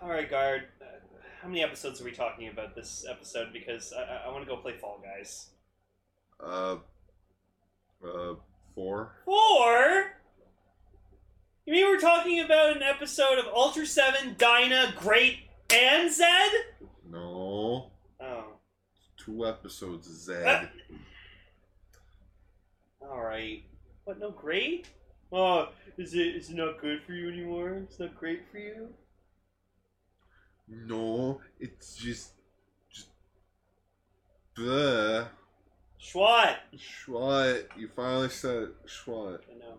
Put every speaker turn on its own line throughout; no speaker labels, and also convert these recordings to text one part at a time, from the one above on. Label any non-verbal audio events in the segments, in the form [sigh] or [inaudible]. all right, guard. Uh, how many episodes are we talking about this episode? Because I, I, I want to go play Fall Guys.
Uh, uh, four.
Four? You mean we're talking about an episode of Ultra 7, Dinah, Great, and Zed?
No,
Oh.
two episodes. [laughs] Zed.
Ah. Alright. What, no great? Oh, is it, is it not good for you anymore? It's not great for you?
No, it's just, just. Bleh.
Schwat!
Schwat. You finally said it. [laughs] Schwat.
I know.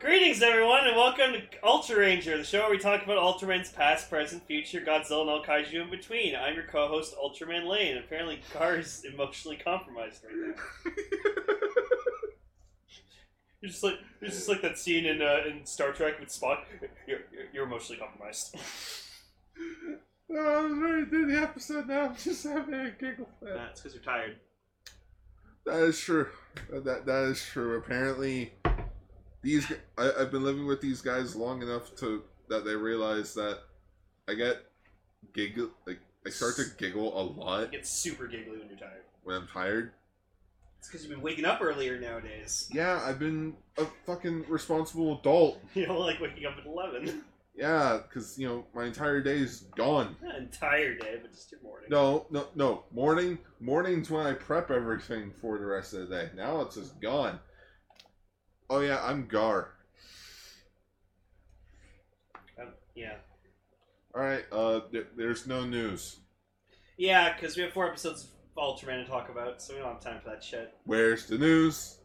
Greetings, everyone, and welcome to Ultra Ranger, the show where we talk about Ultraman's past, present, future, Godzilla, and all kaiju in between. I'm your co-host, Ultraman Lane. Apparently, Gar's emotionally compromised right now. [laughs] You're just like you're just like that scene in uh, in Star Trek with Spock. You're you're, you're emotionally compromised. [laughs]
Oh, I'm already through the episode now. I'm just having a giggle fit.
That's because you're tired.
That is true. Uh, That that is true. Apparently, these gu- I, I've been living with these guys long enough to that they realize that I get giggle like I start to giggle a
You
lot
get super giggly when you're tired.
when I'm tired.
It's because you've been waking up earlier nowadays.
Yeah, I've been a fucking responsible adult.
[laughs] You know, like waking up at eleven. [laughs]
Yeah, because you know my entire day is gone.
Not entire day, but just your morning.
No, no, no. Morning, mornings when I prep everything for the rest of the day. Now it's just gone. Oh yeah, I'm Gar.
Um, yeah.
All right. Uh, there, there's no news.
Yeah, because we have four episodes of Ultraman to talk about, so we don't have time for that shit.
Where's the news?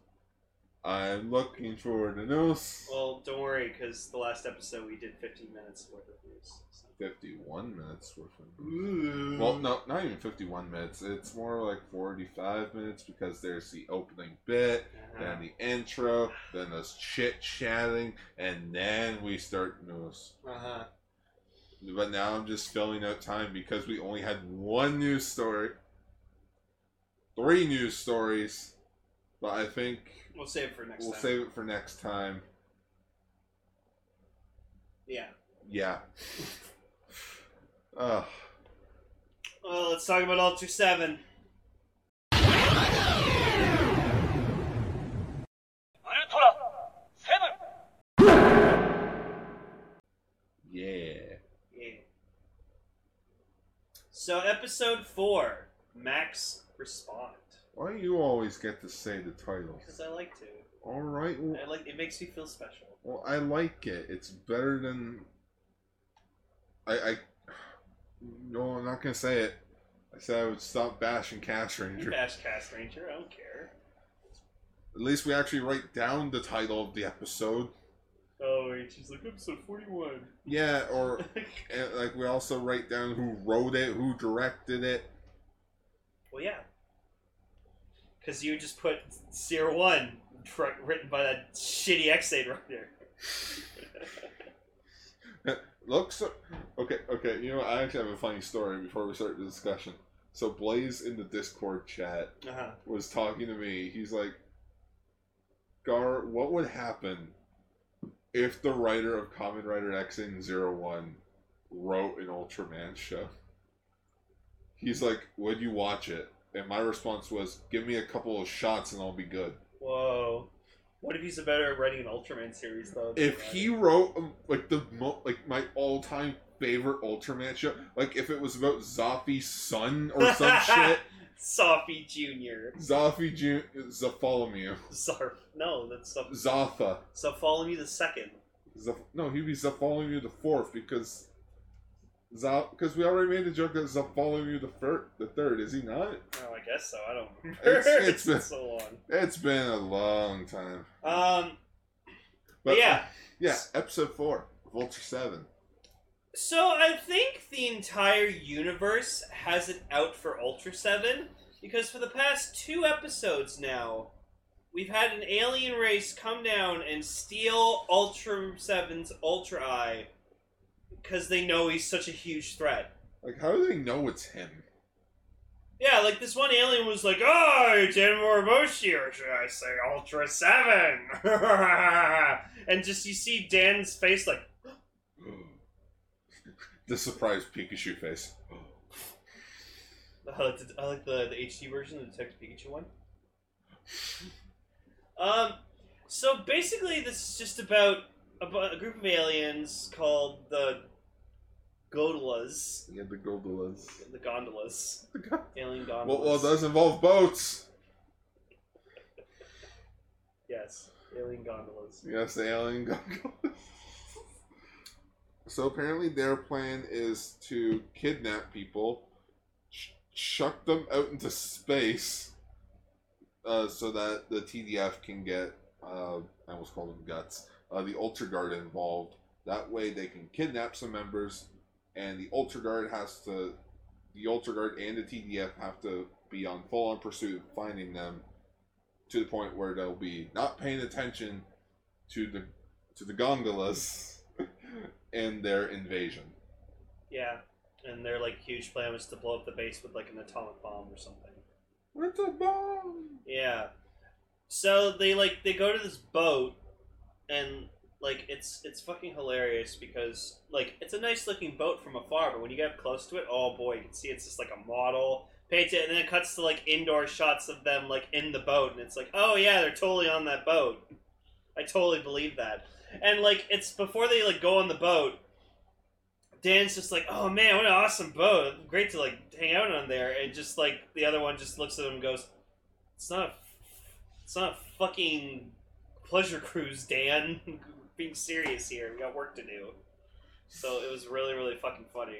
I'm looking for the news.
Well, don't worry, because the last episode we did 15 minutes worth of news. So.
51 minutes worth of news.
Ooh.
Well, no, not even 51 minutes. It's more like 45 minutes because there's the opening bit, then
Uh-huh.
the intro, then us chit chatting, and then we start news.
Uh-huh.
But now I'm just filling out time because we only had one news story, three news stories, but I think
We'll save it for next
we'll
time.
save it for next time.
Yeah.
Yeah. Ugh.
Well, let's talk about Ultra 7.
yeah.
Yeah. So, episode 4 Max Respond.
Why do you always get to say the title?
Because I like to.
All right. Well,
I like It makes me feel special.
well, I like it. It's better than. I. I no, I'm not gonna say it. I said I would stop bashing Cash
You
Ranger. At
bash Cast Ranger, I don't care.
least we actually write down the title of the episode.
Oh, wait, she's like, episode 41. [laughs]
Yeah, or [laughs] and, like we also write down who wrote it, who directed it.
Well, yeah. Because you just put Seer 1 tr- written by that shitty X8 writer.
Looks okay. Okay, you know I actually have a funny story before we start the discussion. So Blaze in the Discord chat
Uh-huh.
was talking to me. He's like, "Gar, what would happen if the writer of Common Writer XN01 wrote an Ultraman show?" He's like, "Would you watch it?" And my response was, "Give me a couple of shots and I'll be good."
Whoa. What if he's better at writing an Ultraman series, though? than
if
writing-
he wrote um, like the mo- like my all time favorite Ultraman show, like if it was about Zoffy's son
[laughs]
or some shit,
Sophie Jr.
Zoffy Jun Zaffolomeu,
Zarf. No, that's so.
Zaffa,
So follow me the second.
Zaf- no, he'd be Zaffolomeu the fourth because Zoff because we already made the joke that Zaffolomeu the fir- the third is he not?
Oh, I guess so. I don't remember. [laughs] It's
It's- it's
been
been-
so long.
It's been a long time,
Um, but yeah.
yeah, episode four, of Ultra Seven.
So I think the entire universe has it out for Ultra 7 because for the past two episodes now, We've had an alien race come down and steal Ultra 7's Ultra Eye because they know he's such a huge threat.
Like, how do they know it's him? [gasps]
Yeah, like this one alien was like, "Oh, Jen Morboshi, or should I say Ultra 7? [laughs] and just you see Dan's face like,
the surprised Pikachu face.
[laughs] I like, the, Oh, I like the, the HD version, the Detective Pikachu one. um, so basically, this is just about a, bu- a group of aliens called the Gondolas.
Yeah, the Goldolas.
The Gondolas.
The Go-
Alien
Well,
Gondolas.
well, it does involve boats.
Yes, Alien Gondolas.
Yes, the alien Goldolas. [laughs] so apparently, their plan is to kidnap people, ch- chuck them out into space, uh, so that the TDF can get. Uh, I almost called them guts. Uh, the Ultra Guard involved. That way, they can kidnap some members, and the Ultra Guard has to. The Ultra Guard and the TDF have to be on full on pursuit of finding them, to the point where they'll be not paying attention to the to the gondolas [laughs] and their invasion.
Yeah, and their like huge plan was to blow up the base with like an atomic bomb or something.
It's a bomb.
Yeah. So they like they go to this boat and like it's it's fucking hilarious because like it's a nice looking boat from afar, but when you get up close to it, oh boy, you can see it's just like a model. Paints it, and then it cuts to like indoor shots of them like in the boat, and it's like, oh yeah, they're totally on that boat. I totally believe that. And like it's before they like go on the boat, Dan's just like, oh man, what an awesome boat! Great to like hang out on there. And just like the other one just looks at him and goes, it's not. A, it's not a fucking pleasure cruise, Dan. [laughs] Being serious here, we got work to do. So it was really, really fucking funny.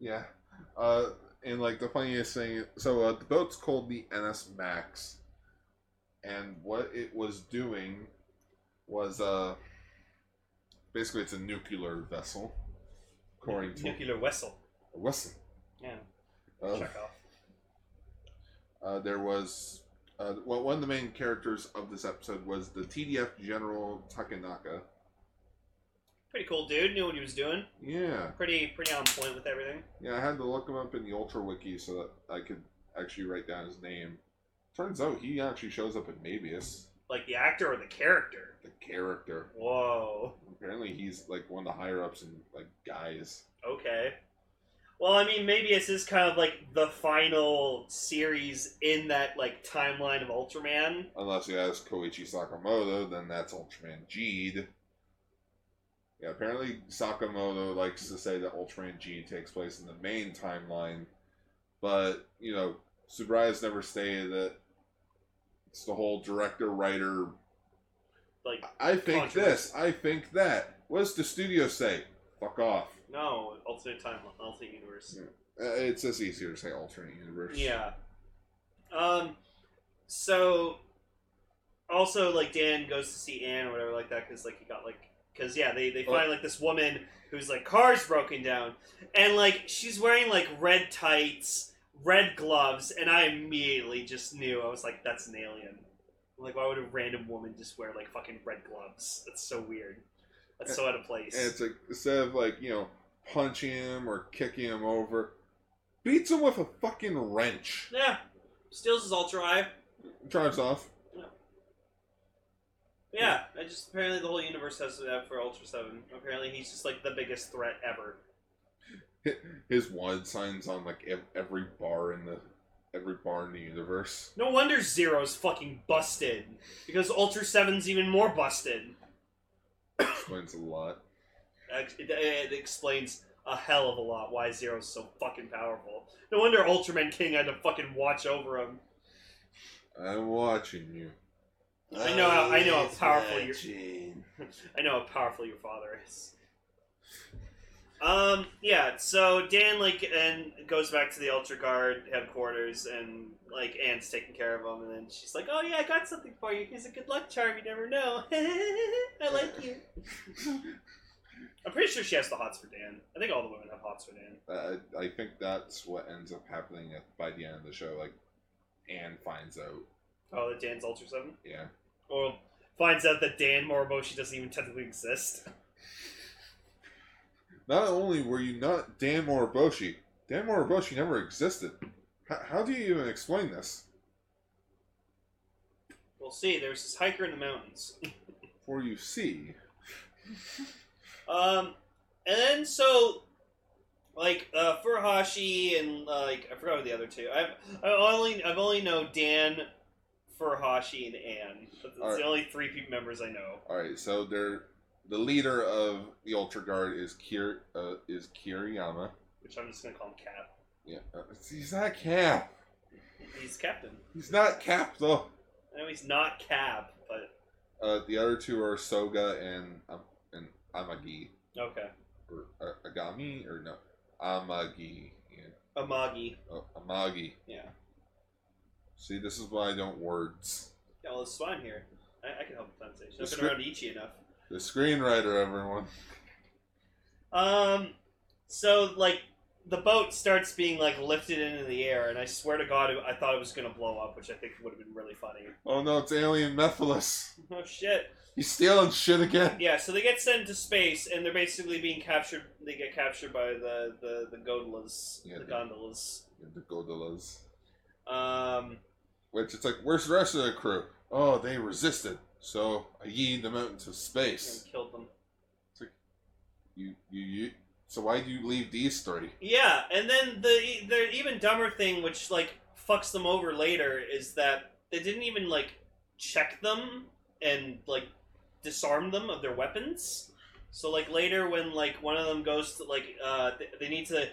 Yeah. Uh, and like the funniest thing, so uh, the boat's called the NS Max, and what it was doing was uh, basically it's a nuclear vessel, according to
Nuclear vessel.
a vessel.
Yeah.
Uh,
Check off.
uh, there was uh, well, one of the main characters of this episode was the TDF General Takenaka.
Pretty cool dude. Knew what he was doing.
Yeah,
Pretty, pretty on point with everything.
yeah. I had to look him up in the Ultra Wiki so that I could actually write down his name. Turns out he actually shows up in Mabius,
Like the actor or the character.
the character.
Whoa.
Apparently, he's like one of the higher ups in like guys.
Okay. Well, I mean, maybe it's just kind of like the final series in that like timeline of Ultraman.
Unless you ask Koichi Sakamoto, then that's Ultraman Geed. Yeah, apparently Sakamoto likes to say that Ultraman G takes place in the main timeline, but you know, Subraya's never stated that it's the whole director writer.
Like,
I think this, I think that. What does the studio say? Fuck off.
no, alternate timeline, alternate universe.
Uh, It's just easier to say alternate universe.
Yeah. Um. So, also like Dan goes to see Anne or whatever like that because like he got like because yeah they they
Oh.
find like this woman who's like car's broken down and like she's wearing like red tights, red gloves, and I immediately just knew I was like that's an alien. Like why would a random woman just wear like fucking red gloves? That's so weird. That's so out of place.
And it's like instead of like you know punching him or kicking him over, beats him with a fucking wrench.
yeah. Steals his ultra eye.
Drives off.
Yeah, I just apparently the whole universe has that for Ultra Seven. Apparently, he's just like the biggest threat ever.
His wanted signs on like ev- every bar in the every bar in the universe.
No wonder Zero's fucking busted because Ultra Seven's even more busted.
Explains a lot.
Ex- It, it explains a hell of a lot why Zero's so fucking powerful. No wonder Ultraman King had to fucking watch over him.
I'm watching you.
I know how- I know how powerful you're-
Watching.
I know how powerful your father is. Um, yeah, so Dan, like, and goes back to the Ultra Guard headquarters, and, like, Anne's taking care of him, and then she's like, oh, yeah, I got something for you. Here's a good luck charm, you never know. [laughs] I like you. I'm pretty sure she has the hots for Dan. I think all the women have hots for Dan.
Uh, I I think that's what ends up happening at, by the end of the show. Like Anne finds out
Oh, that Dan's Ultra Seven.
Yeah.
Or finds out that Dan Moriboshi doesn't even technically exist.
Not only were you not Dan Moriboshi, Dan Moriboshi never existed. H- how do you even explain this?
We'll see. There's this hiker in the mountains.
For you see,
Um, and then so, like uh, Furuhashi and like I forgot the other two. I've I only I've only know Dan, Furuhashi, and Anne. That's
All right.
the only three people members I know.
all right. So they're the leader of the Ultra Guard is Kir uh, is Kiriyama.
Which I'm just gonna call him Cap.
Yeah, uh, he's not Cap.
He's captain.
He's not Cap though.
I know he's not Cap, but
Uh, the other two are Soga and um, and Amagi
okay.
or uh, Agami or no Amagi. Yeah.
Amagi.
Oh, Amagi.
Yeah.
See, this is why I don't words.
Yeah, well, it's fine here. I, I can help with pronunciation. I've
The
been around Ichi enough.
The screenwriter, everyone.
Um, so like the boat starts being like lifted into the air, and I swear to God, I thought it was gonna blow up, which I think would have been really funny.
Oh no, it's Alien Mephiles.
Oh shit!
He's stealing shit again.
Yeah, so they get sent to space, and they're basically being captured. They get captured by the the the gondolas,
Yeah,
the
they-
gondolas.
The Godolas.
Um,
Which it's like, where's the rest of the crew? Oh, they resisted. So I yeeted them out into space.
and killed them.
You, you, you. So why do you leave these three?
Yeah, and then the the even dumber thing, which like fucks them over later, is that they didn't even like check them and like disarm them of their weapons. So like later, when like one of them goes to like uh, they, they need to.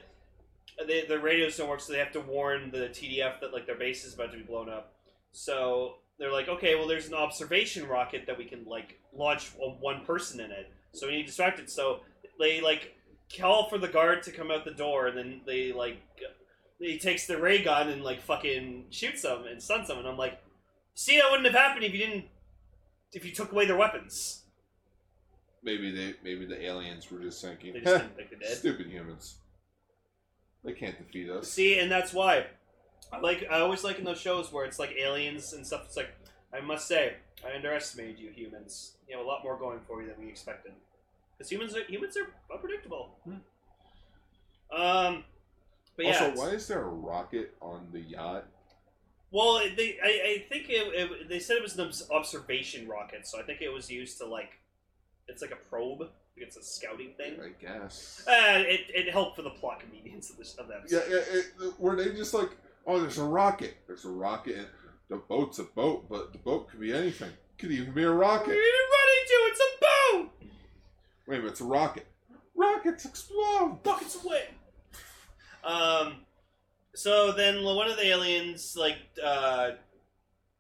They, their radios don't work, so they have to warn the TDF that like their base is about to be blown up. So they're like, okay, well, there's an observation rocket that we can like launch on one person in it. So we need to distract it. So they like call for the guard to come out the door, and then they like he takes the ray gun and like fucking shoots them and stuns them. And I'm like, see, that wouldn't have happened if you didn't if you took away their weapons.
Maybe they, maybe the aliens were just thinking, [laughs]
They
"Heh,
just didn't think they did.
stupid humans. They can't defeat us.
See, and that's why. I like I always like in those shows where it's like aliens and stuff. It's like I must say I underestimated you humans. You have a lot more going for you than we expected. Because humans are humans are unpredictable. Um, but yeah.
Hmm. also,
it's-
why is there a rocket on the yacht?
Well, it- they I, I think it, it, they said it was an obs- observation rocket, so I think it was used to like it's like a probe, like it's a scouting thing.
I guess.
Uh, it, it helped for the plot convenience of this of that.
Yeah, yeah it, were they just like, oh, there's a rocket. There's a rocket. And the boat's a boat, but the boat could be anything. Could even be a
What are
rocket.
you running to? It's a boat.
Wait a minute, it's a rocket. Rockets explode.
buckets away. Um, so then one of the aliens like uh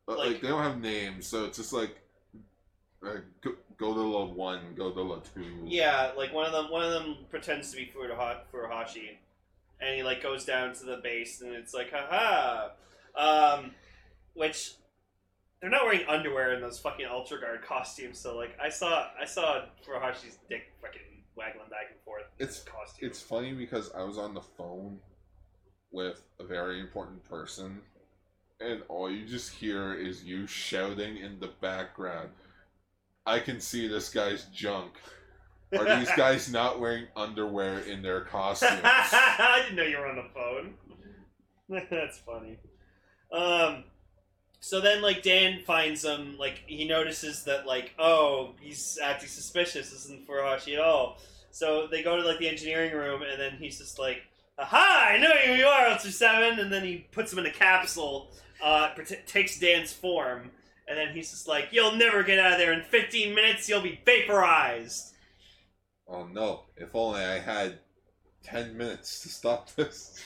But, like,
Like-
they don't have names, so it's just like, uh, Go- Godilla one, Godilla two.
yeah like one of them one of them pretends to be Furuha- Furuhashi, and he like goes down to the base and it's like haha, um, which they're not wearing underwear in those fucking Ultra Guard costumes. So like I saw I saw Furuhashi's dick fucking waggling back and forth. in
It's-
his costume.
It's funny because I was on the phone with a very important person, and all you just hear is you shouting in the background. I can see this guy's junk. Are these guys not wearing underwear in their
[laughs]
costumes?
I didn't know you were on the phone. [laughs] That's funny. Um, so then, like, Dan finds him. Like, he notices that, like, oh, he's acting suspicious. This isn't Furuhashi at all. So they go to, like, the engineering room, and then he's just like, aha, I know who you are, Ultra 7. And then he puts him in a capsule, uh, pret- takes Dan's form, and then he's just like, you'll never get out of there. In 15 minutes, you'll be vaporized.
Oh no, if only I had 10 minutes to stop
[laughs]
this.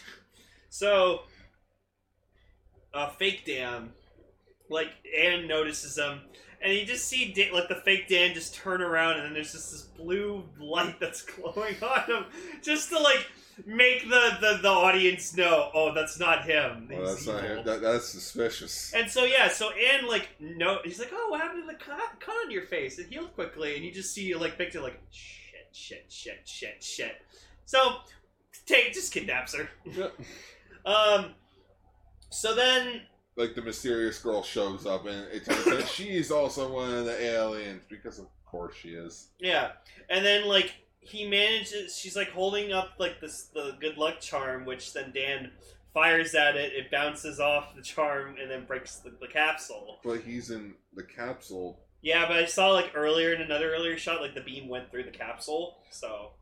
So, uh, fake Dan, like Anne notices him, and you just see Dan, like the fake Dan just turn around, and then there's just this blue light that's [laughs] glowing on him, just to like make the the, the audience know, oh, that's not him.
Well,
He's
Oh, that's not
evil."
him. That, that's
[laughs]
suspicious.
And so yeah, so Anne like no, he's like, oh, what happened to the cut, cut on your face? It healed quickly, and you just see like Victor like shit, shit, shit, shit, shit. So take just kidnaps her.
Yep.
Um. So then
like the mysterious girl shows up and it turns out she's also one of the aliens because of course she is.
Yeah, and then like he manages. She's like holding up like this the good luck charm, which then Dan fires at it. It bounces off the charm and then breaks the, the capsule.
But he's in the capsule.
Yeah, but I saw like earlier in another earlier shot, like the beam went through the capsule. So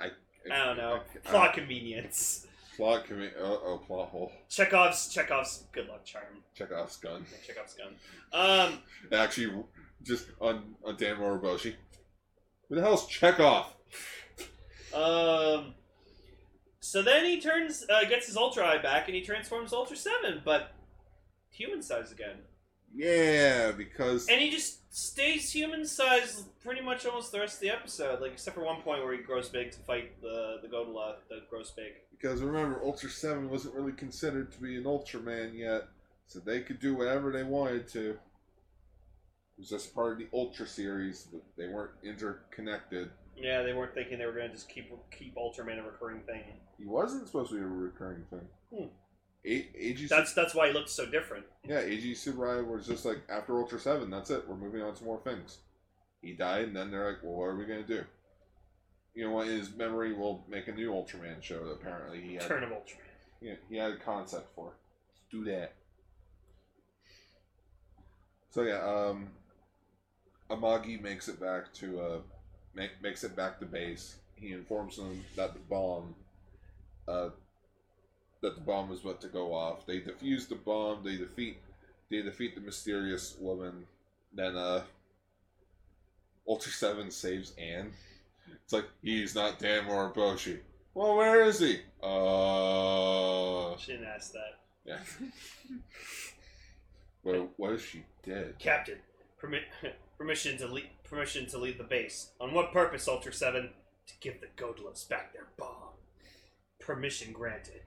I don't know.
I- I-
Plot convenience.
plot commi- uh oh plot hole.
Chekhov's Chekhov's good luck charm.
Chekhov's gun.
Chekhov's gun. Um,
Actually, just on on Dan Moroboshi. Who the hell's Chekhov?
Um. So then he turns, uh, gets his Ultra Eye back, and he transforms Ultra Seven, but human size again.
Yeah, because
And he just stays human size pretty much almost the rest of the episode, like except for one point where he grows big to fight the the Godala that grows big.
because remember, Ultra Seven wasn't really considered to be an Ultraman yet, so they could do whatever they wanted to. It was just part of the Ultra series, but they weren't interconnected.
Yeah, they weren't thinking they were gonna just keep keep Ultraman a recurring thing.
He wasn't supposed to be a recurring thing.
Hmm.
A- AG
That's that's why he looks so different.
Yeah, AG Subarai was just like, after Ultra 7, that's it. We're moving on to more things. He died, and then they're like, well, what are we going to do? You know what? In his memory, we'll make a new Ultraman show that apparently he had,
Turn of Ultraman.
he had, he had a concept for. Let's do that. So, yeah, um, Amagi makes it back to, uh, make, makes it back to base. He informs them that the bomb, uh, that the bomb is about to go off. They defuse the bomb. They defeat they defeat the mysterious woman. Then uh, Ultra Seven saves Anne. It's like he's not Dan Moroboshi. Well, where is he? Uh,
She didn't ask that.
yeah. well, what if she did?
Captain, permit [laughs] permission to leave. Permission to leave the base. On what purpose, Ultra Seven? To give the Godlas back their bomb. Permission granted.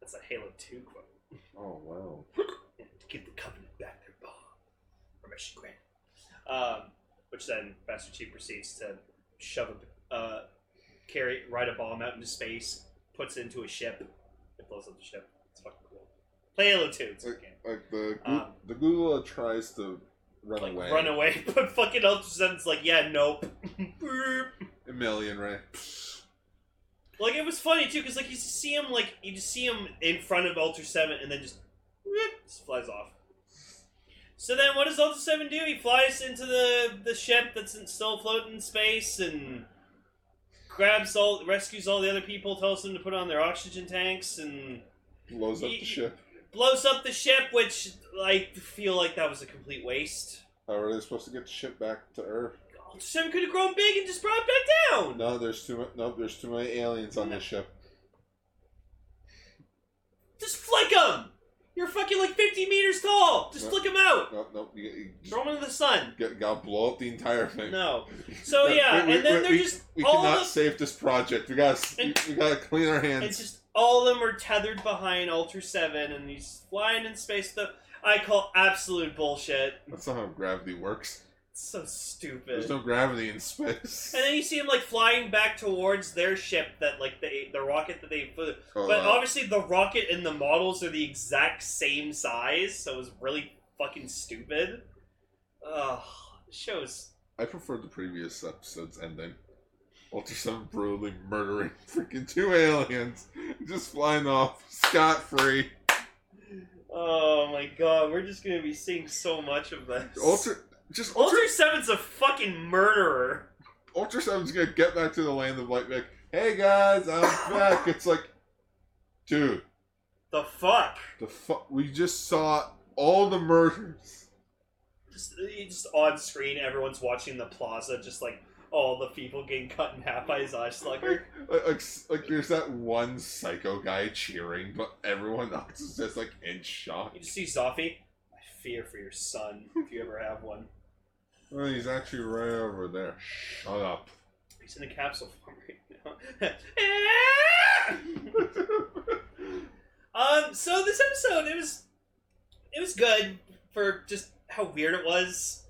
That's a Halo Two quote.
Oh wow.
And to give the Covenant back their bomb. Permission granted. Um, which then Master Chief proceeds to shove a uh, carry ride a bomb out into space, puts it into a ship, it blows up the ship. It's fucking cool. Play Halo Two. It's a good game.
Like the Gu-
Um,
the Gula tries to run
like
away.
run away, [laughs] but fucking Ultra Seven's like, yeah, nope. Burp.
Emelian
[laughs]
Ray.
like it was funny too, because like you just see him like you just see him in front of Ultra Seven, and then just, whoop, just flies off. So then, what does Ultra Seven do? He flies into the the ship that's in, still floating in space and grabs all rescues all the other people, tells them to put on their oxygen tanks, and
Blows up
He-
the ship.
blows up the ship, which I feel like that was a complete waste.
How are they supposed to get the ship back to Earth?
Ultra Seven could have grown big and just brought it back down.
No, there's too much. No, there's too many aliens on this ship.
Just flick them. You're fucking like 50 meters tall. Just
Right.
flick them out.
No, no, you, you just
Throw them into the sun.
got, gotta blow up the entire thing.
No. So yeah,
we, we-
and then
we-
they're
we-
just
we
all
cannot
of them.
save this project. We gotta, s-
And-
we gotta clean our
It's
hands.
just all of them are tethered behind Ultra Seven, and he's flying in space. The I call absolute bullshit.
That's not how gravity works.
It's so
There's
stupid.
no gravity in space.
and then you see him like flying back towards their ship that like the the rocket that they flew.
Oh,
But
wow.
obviously the rocket and the models are the exact same size, so it was really fucking stupid. Ugh, this show's
I prefer the previous episode's ending. Ultra Seven brutally murdering [laughs] freaking two aliens, just flying off scot free.
Oh my god, we're just gonna be seeing so much of this.
Ultra, just Ultra,
Ultra Seven's a fucking murderer.
Ultra Seven's gonna get back to the land of light. Like, hey guys, I'm back. It's like, dude.
The fuck?
The fuck? We just saw all the murders.
Just, you just on screen, everyone's watching the plaza, just like all the people getting cut in half by his eye slugger.
Like, like, like, there's that one psycho guy cheering, but everyone else is just like in shock.
You just see Zoffy. I fear for your son, if you ever have one.
Well, he's actually right over there. Shut up.
He's in a capsule [laughs] form right now. [laughs] Um, so this episode, it was, it was good for just how weird it was.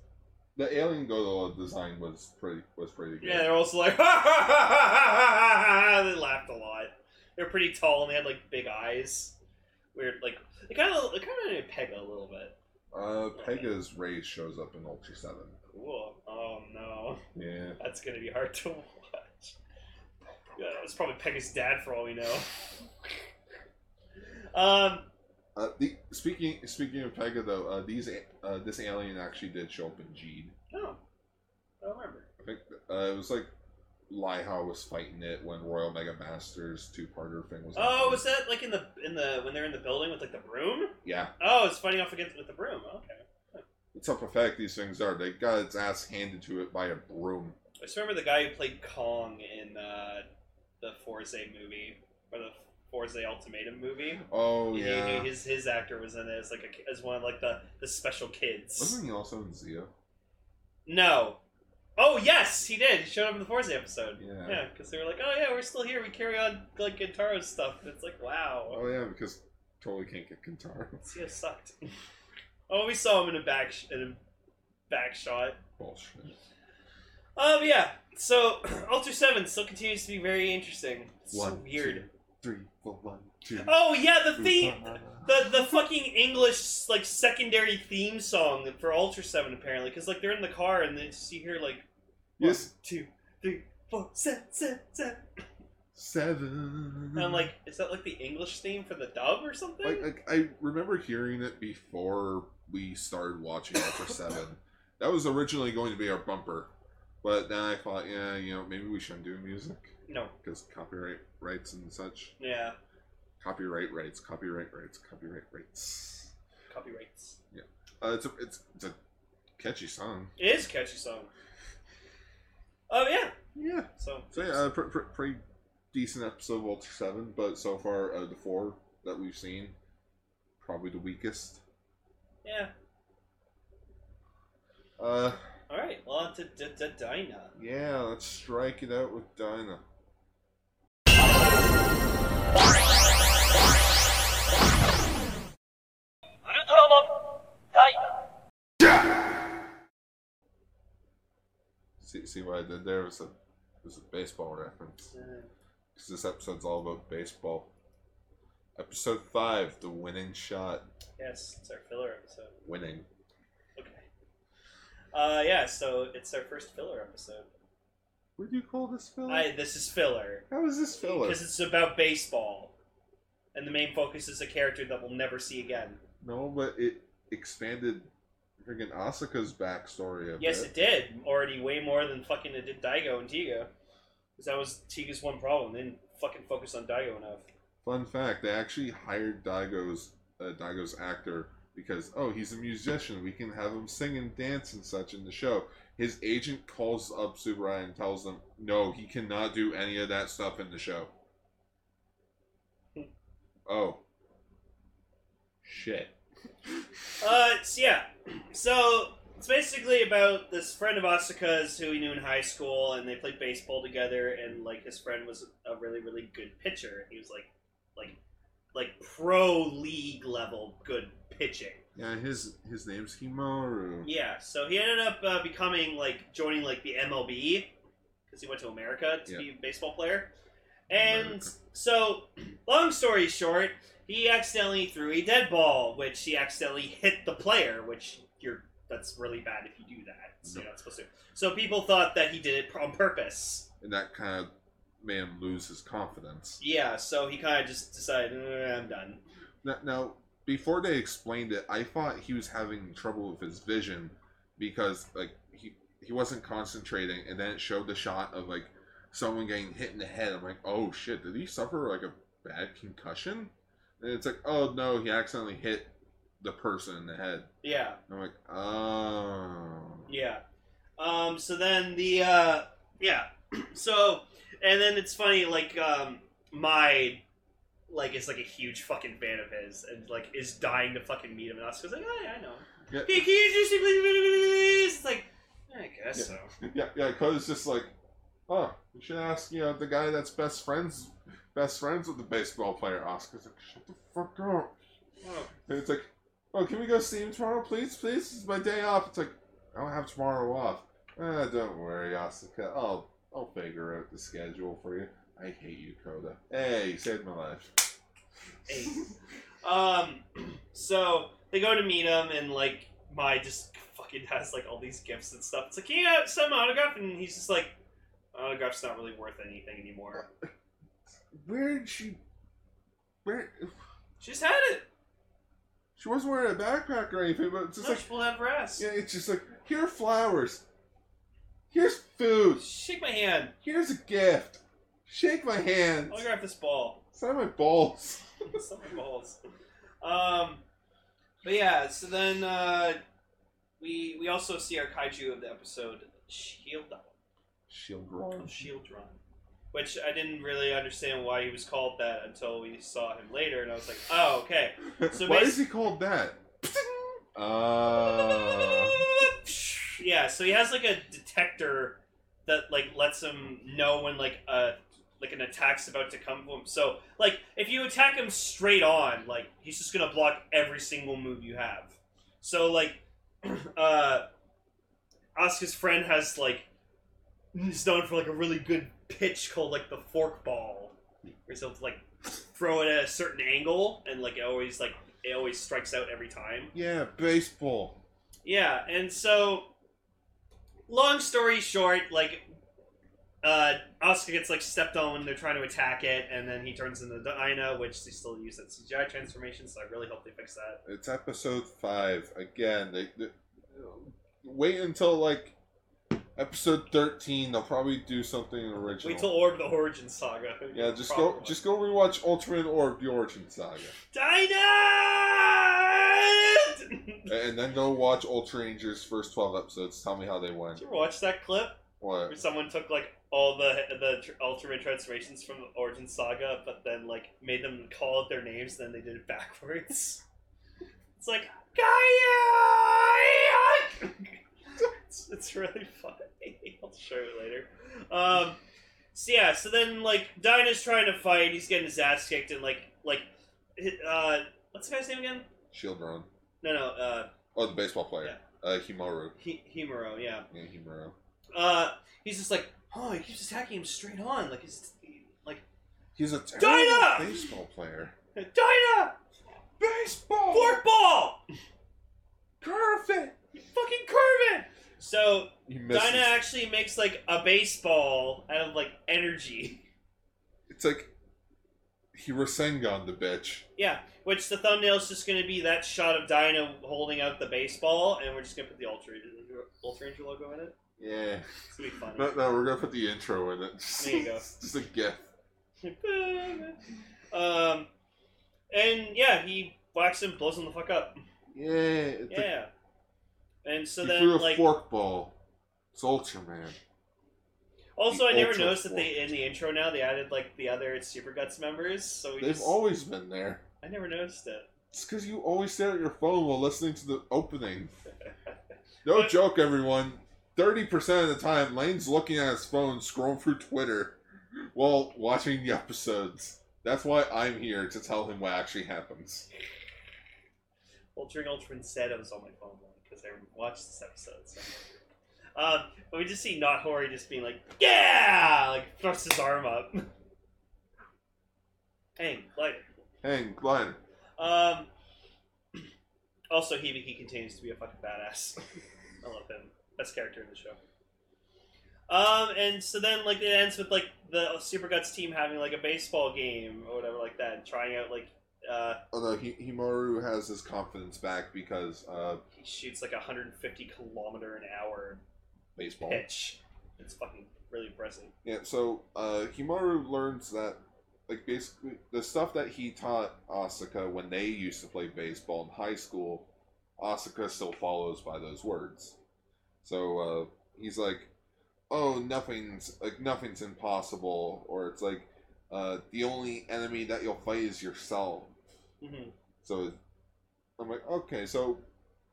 the alien Godola design was pretty was pretty good.
Yeah, they're also like, [laughs] ha ha ha ha ha ha ha. They laughed a lot. They're pretty tall and they had like big eyes. weird, like it kind of it kind of Pega a little bit.
Uh, Pega's Ray shows up in Ultra Seven.
Cool. Oh no,
Yeah.
that's gonna be hard to [laughs] watch. Yeah, it's probably Pega's dad for all we know. um,
Uh, the, speaking speaking of Pega though, uh, these a- uh, this alien actually did show up in Jeed.
no, I don't remember.
I think uh, it was like Liha was fighting it when Royal Mega Masters two parter thing was.
Oh,
happening.
was that like in the in the when they're in the building with like the broom?
yeah.
Oh, it's fighting off against with the broom. Okay.
That's how pathetic these things are. They got its ass handed to it by a broom.
I just remember the guy who played Kong in uh, the Forza movie or the Forza Ultimatum movie.
Oh
He- he-
yeah.
his his actor was in it as like a, ki- as one of like the the special kids.
Wasn't he also in Zio?
No. Oh yes, he did. He showed up in the Forza episode.
Yeah.
Yeah, because they were like, oh yeah, we're still here. We carry on like Gintaro's stuff. And it's like, wow,
Oh yeah, because totally can't get Kintaro.
Zio sucked. [laughs] oh, we saw him in a back sh- in a back shot.
[laughs] Bullshit.
Um, yeah. So, [clears throat] Ultra Seven still continues to be very interesting. It's so
One,
weird.
two, three, four, one, two.
Oh yeah, the theme,
three.
the the fucking English like secondary theme song for Ultra Seven apparently, because like they're in the car and then just you hear like one,
Yes,
two, three, four, seven, seven, seven.
seven.
And I'm like, is that like the English theme for the dub or something?
Mm-hmm. like, like I remember hearing it before we started watching
[laughs]
Ultra Seven. That was originally going to be our bumper, but then I thought, yeah, you know, maybe we shouldn't do music
no.
because copyright rights and such.
Yeah.
Copyright rights, copyright rights, copyright rights.
Copyrights.
Uh, it's a it's, it's a catchy song.
It is a catchy song. Oh yeah.
Yeah.
So.
So yeah, uh, pr- pr- pretty decent episode of Ultra Seven, but so far uh, the four that we've seen, probably the weakest.
Yeah.
Uh,
All right. Well, on to D- D- Dinah.
yeah, let's strike it out with Dinah. See, see what I did there? It was a, it was a baseball reference.
Uh,
'Cause this episode's all about baseball. Episode 5, The Winning Shot.
yes, it's our filler episode.
Winning.
Okay. Uh, yeah, so it's our first filler episode.
Would you call this filler?
I this is filler
How is this filler?
because it's about baseball, and the main focus is a character that we'll never see again.
No, but it expanded friggin' Asuka's backstory a
Yes,
bit.
it did already way more than fucking it did Daigo and Tiga, because that was Tiga's one problem. They didn't fucking focus on Daigo enough.
Fun fact, they actually hired Daigo's, uh, Daigo's actor because, oh, he's a musician. We can have him sing and dance and such in the show. His agent calls up Tsuburaya and tells them, no, he cannot do any of that stuff in
[laughs]
the show. oh. Shit.
Uh, so yeah. So it's basically about this friend of Asuka's who he knew in high school, and they played baseball together. And like his friend was a really, really good pitcher. He was like, like, like pro league level good pitching.
Yeah, his his name's Himuru.
Yeah. So he ended up uh, becoming like joining like the MLB because he went to America to
Yeah.
be a baseball player. And
America.
so, long story short, he accidentally threw a dead ball, which he accidentally hit the player, which you're that's really bad if you do that. So you're not supposed to. So people thought that he did it on purpose.
And that kind of made him lose his confidence.
Yeah. So he kind of just decided, "Eh, I'm done.
Now, now, before they explained it, I thought he was having trouble with his vision because like he he wasn't concentrating, and then it showed the shot of like someone getting hit in the head. I'm like, oh shit, did he suffer like a bad concussion? And it's like, oh no, he accidentally hit the person in the head.
Yeah.
And I'm like, oh,
Yeah. Um, so then the uh, yeah. [clears throat] so and then it's funny like um, my like is like a huge fucking fan of his and like is dying to fucking meet him and Oscar's like oh, yeah I know.
Yeah.
Hey, can you introduce me please? It's like I guess
Yeah.
so.
yeah, yeah. Cody's just like, oh, you should ask you know the guy that's best friends best friends with the baseball player. Oscar's like, shut the fuck up.
Oh,
And it's like, oh, can we go see him tomorrow, please, please? It's my day off. It's like, I don't have tomorrow off. Ah, don't worry, Asuka. I'll I'll figure out the schedule for you. I hate you, Coda. Hey, you saved my life.
hey. Um, [clears throat] so they go to meet him, and like Mai just fucking has like all these gifts and stuff. It's like, can you have some autograph? And he's just like, autograph's not really worth anything anymore.
[laughs] Where did she? Where
She just had it.
she wasn't wearing a backpack or anything, but it's just
no,
like
she will never ask.
yeah, it's just like here are flowers, here's food,
Shake my hand.
here's a gift. Shake Oh my hand.
Autograph this ball. [laughs]
Sign my balls. [laughs]
Some balls. Um, but yeah. So then uh, we we also see our kaiju of the episode, Shield
Shield
of Shield Run, which I didn't really understand why he was called that until we saw him later, and I was like, oh, okay. So
Why
basi-
is he called that? Uh,
yeah, so he has like a detector that like lets him know when like a like an attack's about to come to him. So like if you attack him straight on, like he's just gonna block every single move you have. So like [clears throat] uh Asuka's friend has like is known for like a really good pitch called like the fork ball. Where he'll like throw it at a certain angle and like it always like it always strikes out every time.
yeah, baseball.
Yeah, and so long story short, like uh Asuka gets like stepped on when they're trying to attack it, and then he turns into Dina, which they still use that CGI transformation, so I really hope they fix that.
It's episode five again. They, they wait until like episode thirteen. They'll probably do something original.
Wait till Orb the Origin Saga.
yeah, just go.
Probably.
Just go rewatch Ultraman Orb: The Origin Saga,
[laughs] Dina! Did
and then go watch Ultra Rangers first twelve episodes. Tell me how they went.
you ever watch that clip where
What?
someone took like all the the tr- Ultraman transformations from the Origin Saga, but then like made them call out their names, and then they did it backwards. It's like Gaia. [laughs] it's, it's really funny. I'll show you later. Um, so yeah, so then like Dinah's trying to fight, he's getting his ass kicked, and like like hi- uh, what's the guy's name again?
Shield Run.
No, no, uh,
Oh, the baseball player. Uh, Himaru.
Hi- Himuro. Yeah.
Yeah, Himaru.
Uh, he's just like, oh, he keeps attacking him straight on, like he's like.
He's a
Dinah!
terrible baseball player.
Dinah!
Baseball.
Forkball!
Curve it.
You fucking curve it! So
He misses.
Dinah actually makes like a baseball out of like energy.
It's like he Rasengan the bitch.
Yeah, which the thumbnail is just going to be that shot of Dinah holding out the baseball, and we're just going to put the Ultra Ultra Ranger logo in it.
Yeah.
It's going to be
No,
funny.
no, we're gonna put the intro in it. Just,
There you go.
[laughs] Just a gif.
[laughs] um, and yeah, he whacks him, blows him the fuck up.
Yeah. It's like
Yeah. And so
he
then,
threw a
like,
forkball. It's Ultraman.
also, I never
Ultra
noticed that they
Fork.
in the intro now they added like the other Super Guts members. So we
They've
just,
always been there.
I never noticed it.
It's because you always stare at your phone while listening to the
[laughs]
opening. No
But-
joke, everyone. Thirty percent of the time, Lane's looking at his phone, scrolling through Twitter, while watching the episodes. That's why I'm here to tell him what actually happens.
Ultra Ultraman said it was on my phone because I watched this episode. So. Um, but we just see Not Hori just being like, "Yeah!" Like thrusts his arm up. [laughs] Hang, like.
Hang, Glenn.
Um. [clears throat] Also, Hibiki continues to be a fucking badass. [laughs] I love him. Best character in the show. Um, and so then like it ends with like the Super Guts team having like a baseball game or whatever like that, and trying out like uh,
Although Hi- Himaru has his confidence back because uh,
he shoots like a 150 kilometer an hour
baseball.
pitch. It's fucking really impressive.
Yeah, so uh, Himaru learns that, like, basically, the stuff that he taught Asuka when they used to play baseball in high school, Asuka still follows by those words. So uh, he's like, "Oh, nothing's like nothing's impossible," or it's like, uh, "The only enemy that you'll fight is yourself."
hmm
So I'm like, okay, so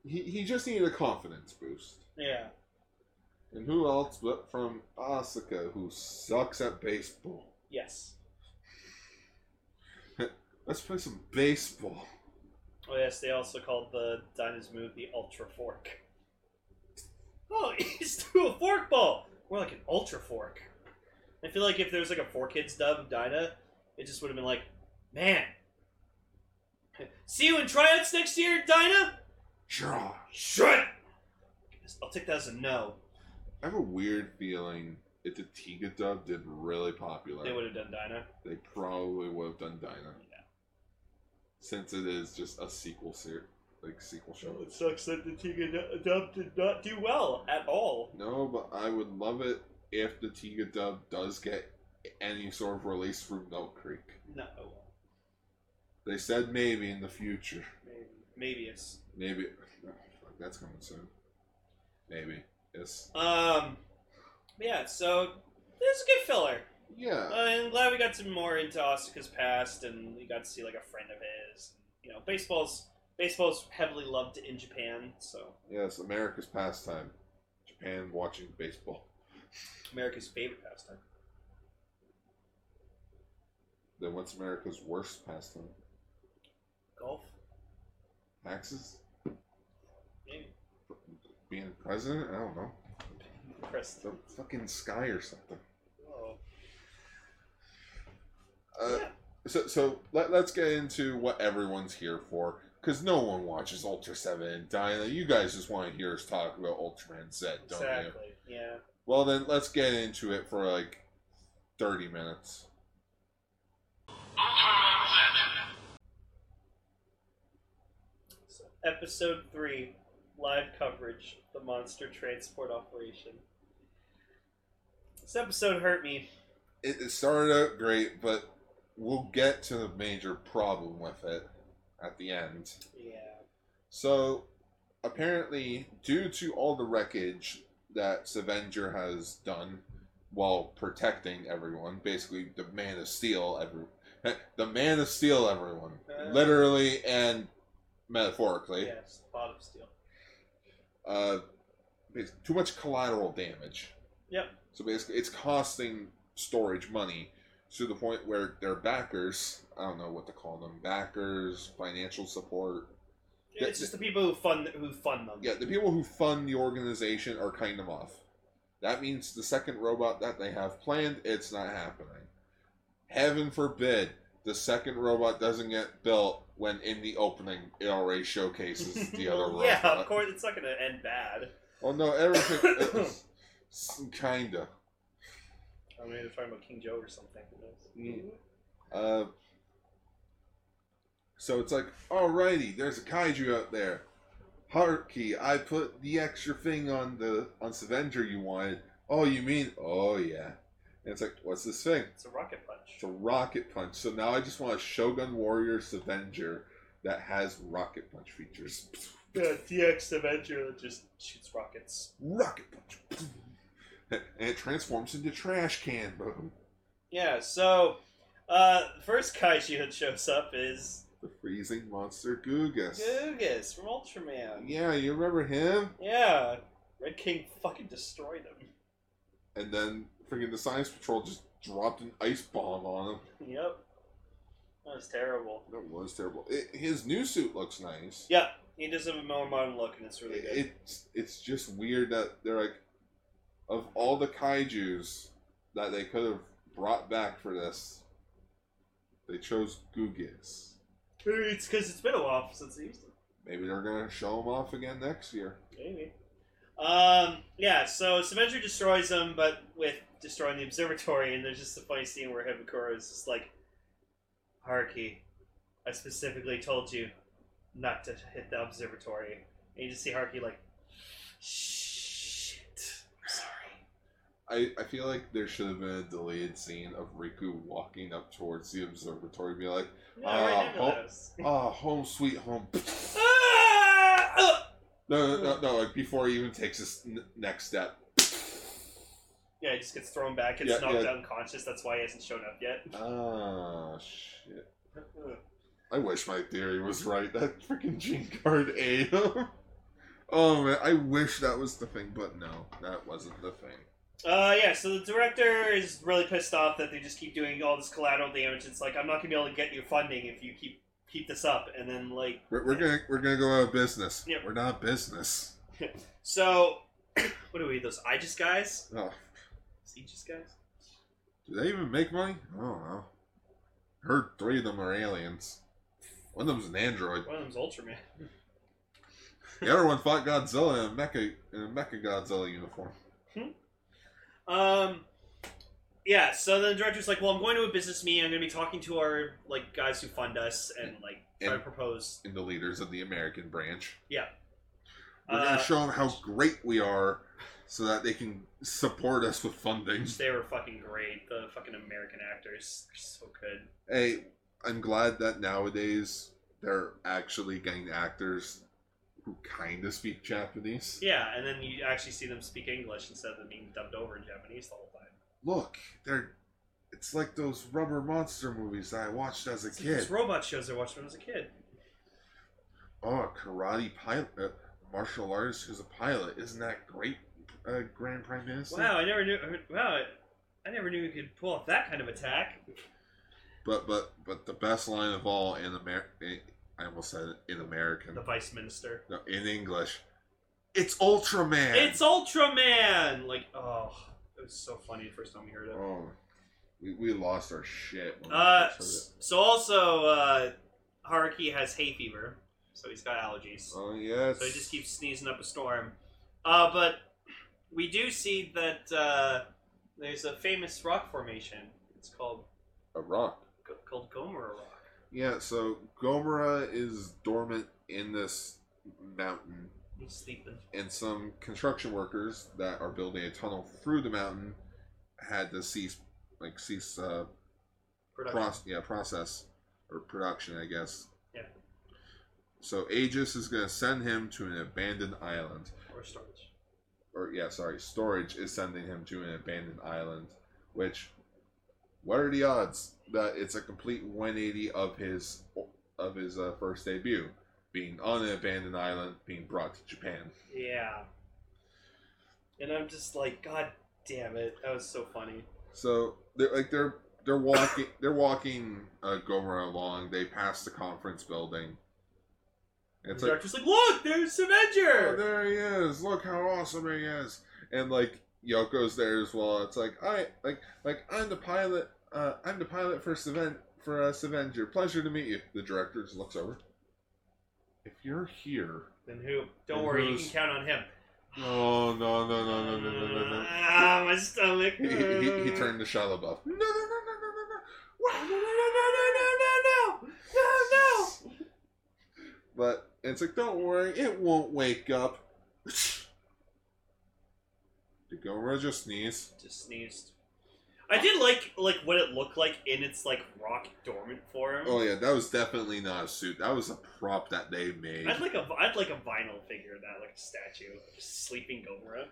he he just needed a confidence boost.
Yeah.
And who else but from Asuka, who sucks at baseball?
Yes.
Let's play some baseball.
Oh yes, they also called the Dinah's move the Ultra Fork. Oh, [laughs] he's threw a fork ball. More like an Ultra Fork. I feel like if there was like a four kids dub of Dinah, it just would have been like, man, See you in tryouts next year, Dinah.
Draw.
Shut. I'll take that as a no.
I have a weird feeling if the Tiga dub did really popular,
They would have done Dinah.
they probably would have done Dinah. Since it is just a sequel ser- like sequel show.
It sucks that the Tiga dub did not do well at all.
No, but I would love it if the Tiga dub does get any sort of release from Milk Creek.
No,
They said maybe in the future.
maybe, maybe it's
Maybe oh, fuck, that's coming soon. Maybe. Yes.
um, yeah. So this is a good filler. Uh,
Yeah.
I'm glad we got some more into Asuka's past, and we got to see like a friend of his. You know, baseball's baseball's heavily loved in Japan, so
Yes, America's pastime. Japan watching baseball.
America's favorite pastime.
Then what's America's worst pastime?
Golf,
Taxes?
maybe.
Being president? I don't know.
Impressed.
The fucking sky or something.
Oh.
Uh,
yeah.
So, so let, let's get into what everyone's here for, because no one watches Ultra 7 and Dinah. You guys just want to hear us talk about Ultraman Z, don't you?
Exactly. Yeah.
Well, then let's get into it for like 30 minutes.
So, episode three, live coverage, the monster transport operation. This episode hurt me.
It, it started out great, but we'll get to the major problem with it at the end.
Yeah.
So, apparently, due to all the wreckage that Savenger has done while protecting everyone, basically the Man of Steel, every, [laughs] the Man of Steel, everyone,
Uh.
literally and metaphorically,
Yes. Bottom steel.
uh, bas- too much collateral damage.
Yep.
So basically, it's costing storage money to the point where their backers, I don't know what to call them, backers, financial support, Yeah,
It's just the people who fund who fund them.
Yeah, the people who fund the organization are kind of off. That means the second robot that they have planned, it's not happening. Heaven forbid the second robot doesn't get built when in the opening it already showcases
[laughs]
the other robot.
yeah, of course, it's not going to end bad.
Well, no, everything. [coughs] kinda.
I mean, they're talking about King Joe or something. Who knows?
Mm. Uh, so it's like, alrighty, there's a kaiju out there. Harky, I put the extra thing on the on Savenger you wanted. Oh, you mean? Oh yeah. And it's like, what's this thing?
It's a rocket punch.
It's a rocket punch. So now I just want a Shogun Warrior Savenger that has rocket punch features.
Yeah, DX Avenger that just shoots rockets.
Rocket punch. [laughs] And it transforms into trash can. [laughs] Boom.
Yeah, so uh, the first kaiju that shows up is
The freezing monster Gugus.
Gugus from Ultraman.
Yeah, you remember him?
Yeah, Red King fucking destroyed him. [laughs]
and then freaking the science patrol just dropped an ice bomb on him.
Yep, that was terrible.
That was terrible. It, his new suit looks nice.
Yeah, he does have a more modern look, and it's really
It-
good.
it's it's just weird that they're like, of all the kaiju's that they could have brought back for this, they chose Gugus.
it's because it's been a while since he used them.
Maybe they're gonna show him off again next year.
Maybe. Um, yeah, so Symmetry destroys them, but with destroying the observatory, and there's just a funny scene where Hibikura is just like, Haruki, I specifically told you not to hit the observatory. And you just see Haruki like, shit, I'm sorry.
I, I feel like there should have been a deleted scene of Riku walking up towards the observatory, and be like,
No, I
Ah,
remember
ho-
those.
"Ah, home sweet home."
Ah! Ugh!
No, no, no, no, like before he even takes his n- next step.
Yeah, he just gets thrown back, gets
Yeah,
knocked
yeah.
out unconscious, that's why he hasn't shown up
[laughs]
yet.
Ah, shit. I wish my theory was right. That freaking gene card [laughs] ate him. Oh man, I wish that was the thing, but no, that wasn't the thing.
Uh, yeah, so the director is really pissed off that they just keep doing all this collateral damage. It's like, I'm not gonna be able to get your funding if you keep keep this up. And then, like,
We're, we're gonna we're gonna go out of business.
Yeah.
We're not business.
so, [coughs] what are we, those I just guys?
Oh,
These just guys?
do they even make money? I don't know. Heard three of them are aliens. One of them's an android.
One of them's Ultraman.
The other one fought Godzilla in a mecha in a mecha Godzilla uniform.
Um, yeah. So then the director's like, "Well, I'm going to a business meeting. I'm going to be talking to our like guys who fund us and like try to
And-
propose."
And the leaders of the American branch.
Yeah.
We're gonna
Uh,
show them how great we are, so that they can support us with funding.
They were fucking great. The fucking American actors, they're so good.
Hey, I'm glad that nowadays they're actually getting actors who kind of speak Japanese.
Yeah, and then you actually see them speak English instead of them being dubbed over in Japanese the whole time.
Look, they're. It's like those rubber monster movies that I watched as a
It's like those
kid.
robot shows I watched when I was a kid.
Oh, a karate pilot, uh, martial artist who's a pilot. Isn't that great, uh, Grand Prime Minister?
Wow, I never knew. Wow, I never knew you could pull off that kind of attack.
But but but the best line of all in Amer, in- I almost said it, in American,
The Vice Minister.
no, in English. It's Ultraman.
It's Ultraman. Like, oh, it was so funny the first time we heard it.
Oh, we, we lost our shit. When we
Uh,
first heard it.
so also, uh, Haruki has hay fever, so he's got allergies.
Oh yes.
So he just keeps sneezing up a storm. Uh, but we do see that uh, there's a famous rock formation. It's called
a rock.
called Gomora Rock.
Yeah. So Gomorrah is dormant in this mountain,
He's sleeping.
and some construction workers that are building a tunnel through the mountain had to cease, like cease, uh,
Production.
pro- yeah, process or production, I guess.
Yeah.
So Aegis is gonna send him to an abandoned island.
Or storage.
or yeah, sorry, storage is sending him to an abandoned island, which what are the odds that it's a complete 180 of his of his uh, first debut, being on an abandoned island, being brought to Japan.
Yeah. And I'm just like, God damn it. That was so funny.
So they're like they're they're walking [coughs] they're walking uh, Gomorrah along. They pass the conference building. It's
the
like
director's like, look, there's
Oh,
Avenger!
there he is! Look how awesome he is! And like Yoko's there as well. It's like I like like I'm the pilot. Uh, I'm the pilot for Seven for uh, Savenger. Pleasure to meet you. The director just looks over. If you're here,
Then who? Don't
And
worry, you can
who's-
count on him.
no, no, no, no, no, no, no, no, no.
Ah, my stomach.
He, he, he- he turned to Shia LaBeouf. No, no, no, no, no, no, no. Wow.
No, no, no, no, no, no, no, no, no, no.
[laughs] But it's like, don't worry, it won't wake up. [laughs] Did Gomorrah just sneeze?
Just sneezed. I did like like what it looked like in its like rock dormant form.
Oh yeah, that was definitely not a suit. That was a prop that they made.
I'd like a I'd like a vinyl figure of that, like a statue, just sleeping Gomora.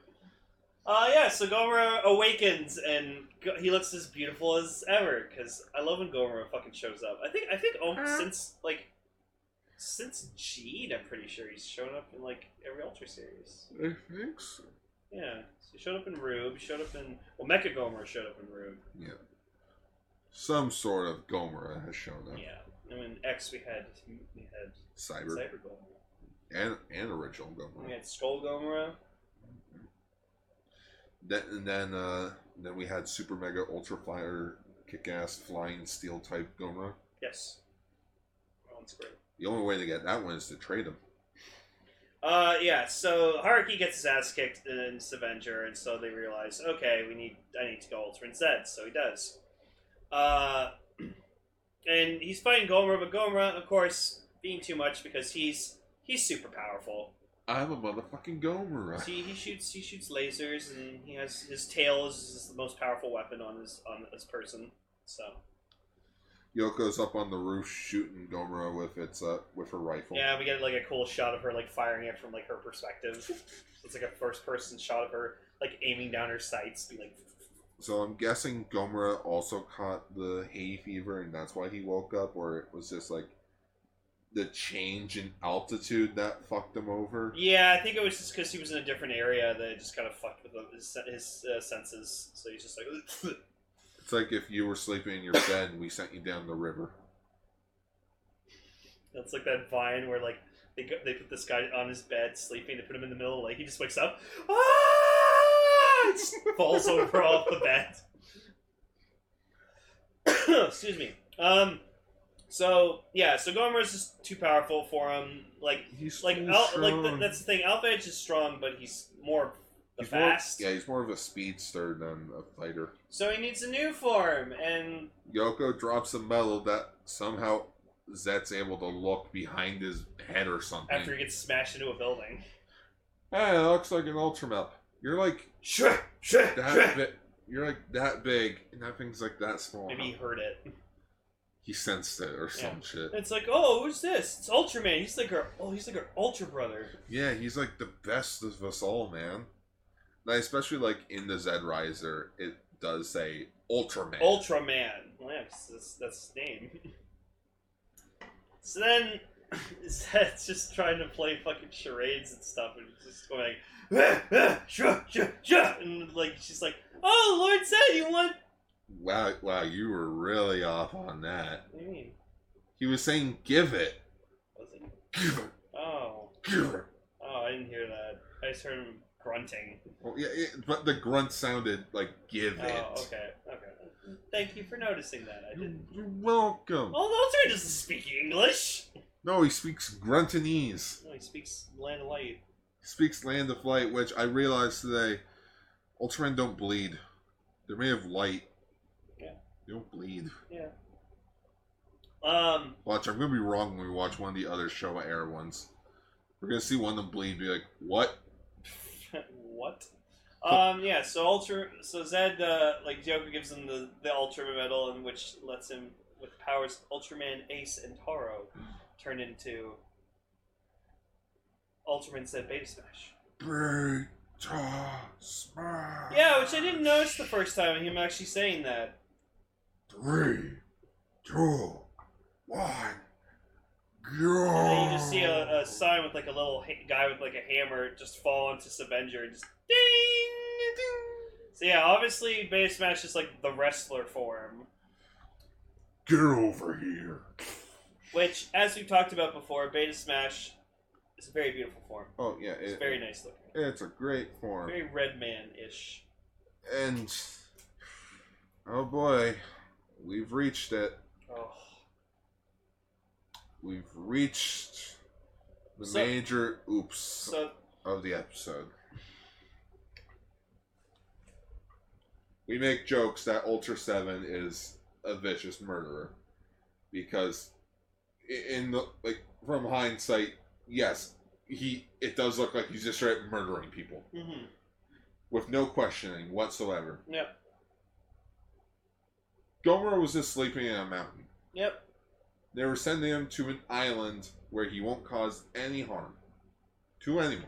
Uh yeah, so Gomora awakens and go- he looks as beautiful as ever. Cause I love when Gomora fucking shows up. I think I think oh,
Huh?
since like since Gene, I'm pretty sure he's shown up in like every Ultra series.
I think so.
Yeah, so he showed up in Rube. Showed up in well, Mecha Gomora showed up in Rube.
Yeah. Some sort of Gomorrah has shown up.
Yeah, and in X we had we had
Cyber
Cyber Gomora.
and and original Gomorrah.
We had Skull Gomora.
Then and then uh then we had Super Mega Ultra Flyer kick ass flying steel type Gomorrah.
Yes, well, that's great.
The only way to get that one is to trade him.
Uh, yeah. So Haruki gets his ass kicked in Savenger, and so they realize, okay, we need, I need to go Ultraman Z. So he does. Uh, [clears throat] and he's fighting Gomra, but Gomra, of course, being too much because he's he's super powerful.
I'm a motherfucking Gomorrah.
See, he shoots he shoots lasers, and he has his tail is, is the most powerful weapon on his on this person. So
Yoko's up on the roof shooting Gomorrah with its uh with her rifle.
yeah, we get like a cool shot of her like firing it from like her perspective. It's like a first person shot of her like aiming down her sights, be like.
So I'm guessing Gomra also caught the hay fever and that's why he woke up, or it was just like the change in altitude that fucked him over.
Yeah, I think it was just because he was in a different area that it just kind of fucked with his, sen- his uh, senses. So he's just like, [laughs]
It's like if you were
[coughs]
sleeping in your bed and we sent you down
[laughs]
the river.
it's like that vine where like they go, they put this guy on his bed sleeping, they put him in the middle, of the lake, he just wakes up, ah, [laughs] He just falls over [coughs] off the bed. Excuse me. Um, So yeah, so Gomer's just too powerful for him. Like
He's
like
too
Al- like
strong.
th- that's the thing. Alpha Edge is strong, but he's more the
He's more-
fast.
yeah, he's more of a speedster than a fighter.
So he needs a new form, and
Yoko drops a medal that somehow Zet's able to look behind his head or something.
after he gets smashed into a building,
hey, Eh, it looks like an ultramel. You're like
Shrek, Shrek, [laughs]
that
Shrek.
big. You're like that big, and that thing's like that small.
Maybe he heard it.
He sensed it or some shit.
It's like, oh, who's this? It's Ultraman. He's like our oh, he's like our Ultra brother.
Yeah, he's like the best of us all, man. And I especially like in the Zed Riser, it does say Ultraman.
Ultraman. Well, yeah, 'cause that's, that's his name. so then [laughs] Zed's just trying to play fucking charades and stuff, and he's just going like, [laughs] "Ah, ah, shuh, shuh, shuh," and like she's like, oh, Lord Zed, you want?
wow, wow, you were really off on that.
What do you mean?
He was saying, "Give it,
Was it?
give it,
Oh,
give it."
oh, I didn't hear that. I just heard him grunting.
Well, yeah, it, but the grunt sounded like "Give it."
Oh, okay, okay. Thank you for noticing that. I
You-
didn't.
You're welcome.
Oh, Ultraman doesn't speak English.
No, he speaks Gruntanese.
No, he speaks Land of Light.
speaks land of light, which I realized today, Ultraman don't bleed. They're made of light.
Yeah.
They don't bleed.
Um, [laughs]
Watch, I'm gonna be wrong when we watch one of the other Showa Air ones. We're gonna see one of them bleed. and Be like, what?
what? Um, yeah. So Ultra, so Zed, uh, like Joker gives him the the Ultraman medal, and which lets him with powers Ultraman Ace and Taro turn into Ultraman Zed Baby Smash.
Brute smash.
Yeah, which I didn't notice the first time him actually saying that.
Three, two, one, go.
And then you just see a, a sign with like a little ha- guy with like a hammer just fall onto Savenger and just ding. So yeah, obviously Baby Smash is like the wrestler form.
Get over here.
Which, as we've talked about before, Beta Smash is a very beautiful form.
Oh yeah,
It's
it-
very nice looking.
It's a great form.
Very Red Man ish.
And oh boy, we've reached it.
Oh.
We've reached the
So-
major oops
So,
of the episode. We make jokes that Ultra 7 is a vicious murderer because i- in the like from hindsight, yes, he it does look like he's just straight up murdering people
mhm.
with no questioning whatsoever.
Yep.
Gomer was just sleeping in a mountain.
Yep.
They were sending him to an island where he won't cause any harm to anyone.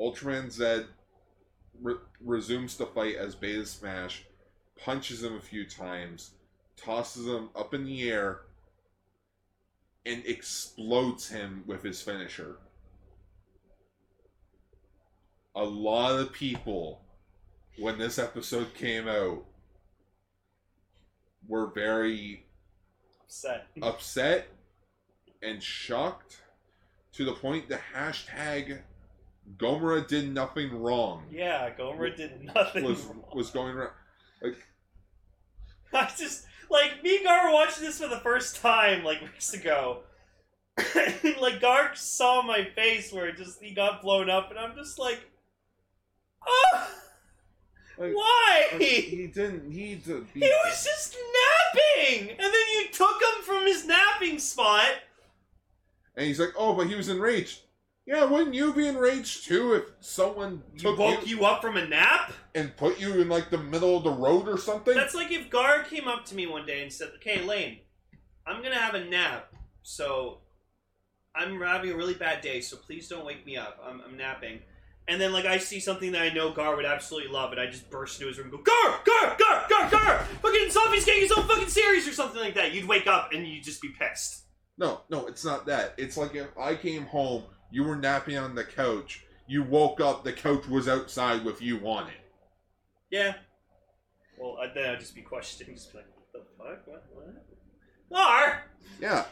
Ultraman Zed re- resumes the fight as Beta Smash punches him a few times, tosses him up in the air, and explodes him with his finisher. A lot of people, when this episode came out, were very
Upset.
upset and shocked to the point the hashtag Gomera did nothing wrong
Yeah, Gomer did nothing.
was
wrong.
was
[laughs]
going around.
I just, like, me and Gar were watching this for the first time, like, weeks ago. [laughs] And, like, Gar saw my face where it just, he got blown up, and I'm just like, oh!
Like-
Why? [laughs]
Like, he didn't need to be.
He was just napping, and then you took him from his napping spot.
And he's like, oh, but he was enraged. Yeah, wouldn't you be enraged too if someone
You
took
woke
you
you up from a nap.
and put you in like the middle of the road or something?
That's like if Gar came up to me one day and said, "Okay, Lane, I'm gonna have a nap, so I'm having a really bad day, so please don't wake me up. I'm, I'm napping." And then like I see something that I know Gar would absolutely love, and I just burst into his room, and go Gar, Gar, Gar, Gar, Gar! Fucking zombie's getting his own fucking series or something like that. You'd wake up and you'd just be pissed.
No, no, it's not that. It's like if I came home, you were napping on the couch, you woke up, the couch was outside with you on it.
Yeah. Well, I, then I'd just be questioning, just be like, what the fuck? What? What? Or,
Yeah.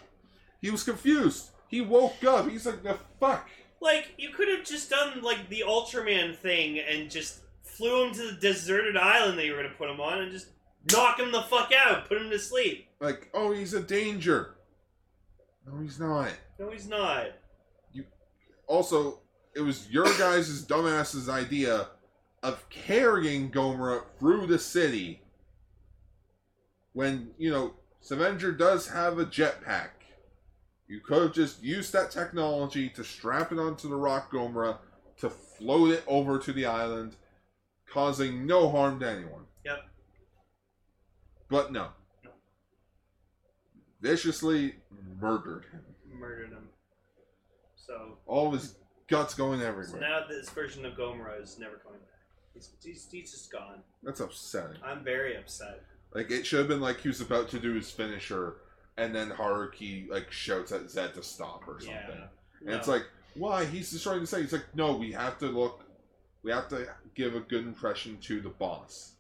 He was confused. He woke up. He's like, the fuck?
like, you could have just done, like, the Ultraman thing and just flew him to the deserted island that you were going to put him on and just Knock him the fuck out. Put him to sleep.
Like, oh, he's a danger. No, he's not.
No, he's not.
Also, it was your guys' dumbass's idea of carrying Gomer up through the city when, you know, Savenger does have a jetpack. You could have just used that technology to strap it onto the rock Gomera to float it over to the island, causing no harm to anyone.
Yep.
But no.
No.
Viciously murdered him.
Murdered him. So,
All of his guts going
so
everywhere.
now this version of Gomorrah is never coming back. He's, he's, he's just gone.
That's upsetting.
I'm very upset.
Like it should have been like he was about to do his finisher, and then Haruki like shouts at Zed to stop or something.
Yeah.
And it's
No.
like, why? He's destroying the city. It's like, no, we have to look. We have to give a good impression to the boss.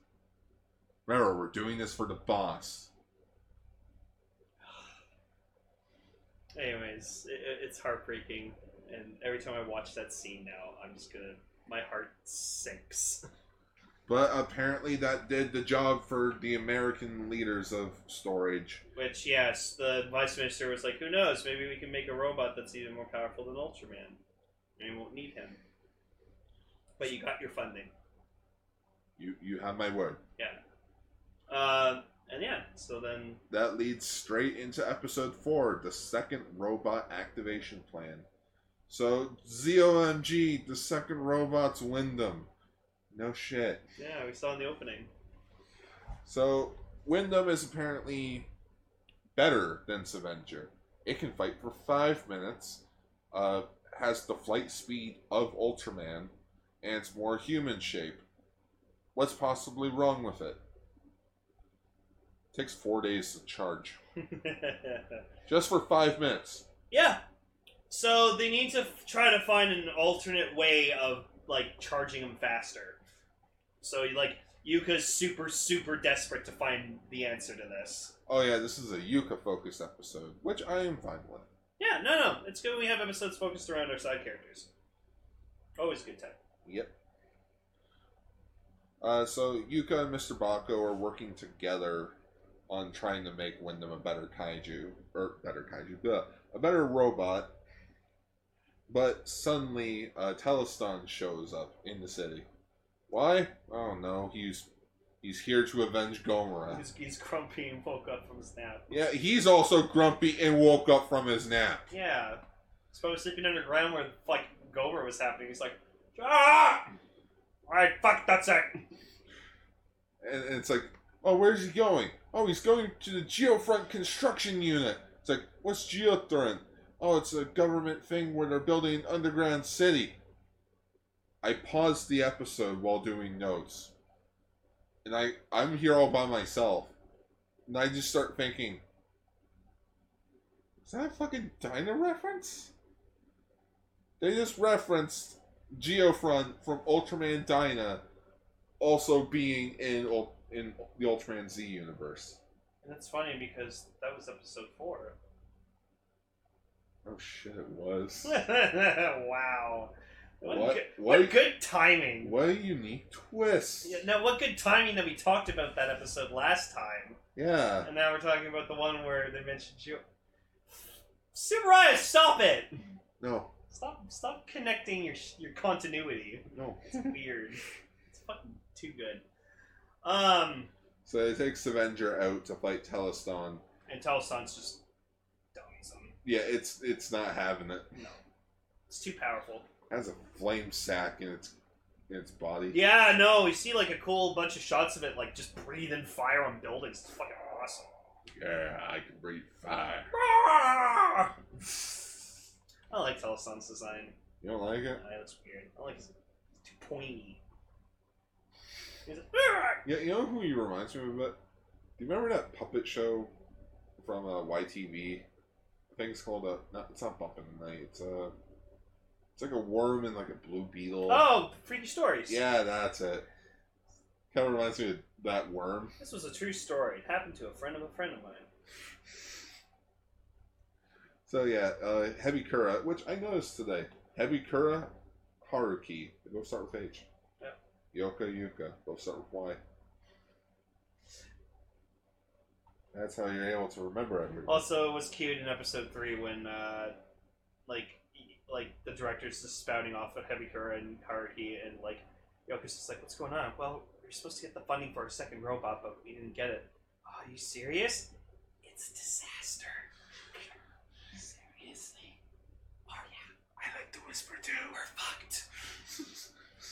Remember, we're doing this for the boss.
Anyways, i i- it's heartbreaking, and every time I watch that scene now, I'm just gonna. My heart sinks.
But apparently, that did the job for the American leaders of storage.
Which, yes, the vice minister was like, "Who knows? Maybe we can make a robot that's even more powerful than Ultraman, and we won't need him." But you got your funding,
You you have my word.
uh, and yeah. So then,
That leads straight into episode four, the second robot activation plan. So, ZOMG, the second robot's Wyndham. No shit.
yeah, we saw in the opening. [laughs]
So, Wyndham is apparently better than Savenger. It can fight for five minutes, uh, has the flight speed of Ultraman, and it's more human shape. What's possibly wrong with it? Takes four days to charge. Just for five minutes.
yeah. So they need to f- try to find an alternate way of like charging him faster. So like Yuka's super super desperate to find the answer to this.
Oh yeah, this is a Yuka focused episode, which I am fine with.
Yeah, no, no, it's good. We have episodes focused around our side characters. Always a good time.
Yep. Uh, so Yuka and Mr. Bako are working together on trying to make Wyndham a better kaiju or better kaiju, blah, a better robot. But suddenly, uh, Telestan shows up in the city. Why? Oh no, he's he's here to avenge Gomorrah.
He's, he's grumpy and woke up from his nap.
Yeah, he's also grumpy and woke up from his nap.
Yeah, he's probably sleeping underground where like Gomer was happening. He's like, ah, all right, fuck, that's it.
and, and it's like, oh, where's he going? Oh, he's going to the Geofront construction unit. It's like, what's Geofront? Oh, it's a government thing where they're building an underground city. I paused the episode while doing notes, and I I'm here all by myself, and I just start thinking, is that a fucking Dino reference? They just referenced Geofront from Ultraman Dyna also being in Ul- in the Ultraman Z universe.
And that's funny because that was episode four. [laughs]
Oh shit, it was.
wow. What,
what,
good,
what,
what good timing.
what a unique twist.
Yeah, now, what good timing that we talked about that episode last time,
Yeah.
and now we're talking about the one where they mentioned you. Subaraya, stop it!
No,
Stop! Stop connecting your sh- your continuity.
no.
It's weird. it's fucking too good. Um,
So they take Savenger out to fight Telestan.
and Telsan's just dummies him.
Yeah, it's it's not having it.
No, it's too powerful.
has a flame sack in its in its body.
Yeah, no, you see like a cool bunch of shots of it, like just breathing fire on buildings. It's fucking awesome.
Yeah, I can breathe fire.
I Ah! like Telesun's design.
You don't like it?
That looks weird. I like his it's too pointy. He's Ah! like,
Yeah, you know who he reminds me of? a bit? Do you remember that puppet show from uh, YTV? I think it's called a. Not, it's not Bumpin' the Night. It's a. It's like a worm and like a blue beetle.
oh, freaky stories.
Yeah, that's it. Kind of reminds me of that worm.
This was a true story. It happened to a friend of a friend of mine.
So yeah, uh, Heavy Kura, which I noticed today. Heavy Kura, Haruki. They both start with H.
Yep.
Yoka Yuka. Both start with Y. That's how you're able to remember everything.
Also, it was cute in episode three when, uh, like, y- like the director's just spouting off at Hebikura and Haruhi, and like Yoko's just like, "What's going on?" Well, we are supposed to get the funding for our second robot, but we didn't get it. Oh, are you serious? It's a disaster. Seriously? Oh yeah. I like to whisper too. We're fucked. [laughs]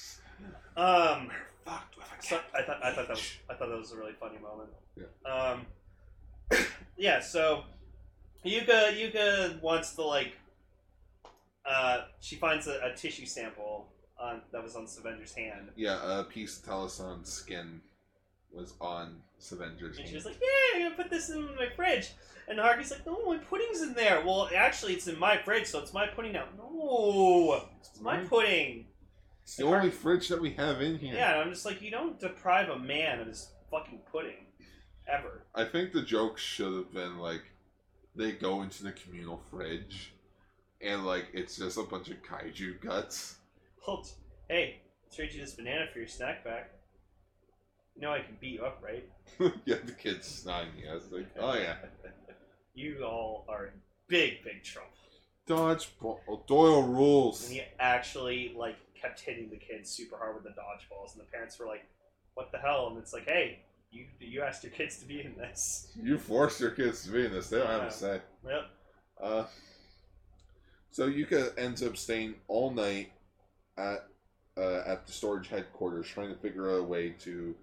um.
fucked with a
So I thought I thought that was I thought that was a really funny moment.
Yeah.
Um. [coughs] Yeah. So Yuka Yuka wants to like. Uh, she finds a, a tissue sample on that was on Savender's hand,
Yeah, a piece of Telesun's skin was on
and
Savendra's
she
hand.
was like, "Yeah, I'm gonna put this in my fridge." And Harky's like, "No, my pudding's in there." Well, actually, it's in my fridge, so it's my pudding now. No, it's
Mm-hmm.
my pudding.
It's the only fridge that we have in here.
Yeah, and I'm just like, you don't deprive a man of his fucking pudding, ever.
I think the joke should have been like they go into the communal fridge and like it's just a bunch of kaiju guts. [laughs]
Well, t- hey, I'll trade you this banana for your snack pack. You know I can beat you up, right?
yeah, the kid's snotting yes. Like, oh yeah.
You all are in big, big trouble.
Dodgeball Doyle rules.
And he actually like kept hitting the kids super hard with the dodgeballs, and the parents were like, "What the hell?" And it's like, "Hey, you you asked your kids to be in this."
You force your kids to be in this, they don't have
Yeah.
a say.
Yep.
Uh, so Yuka ends up staying all night at uh, at the storage headquarters, trying to figure out a way to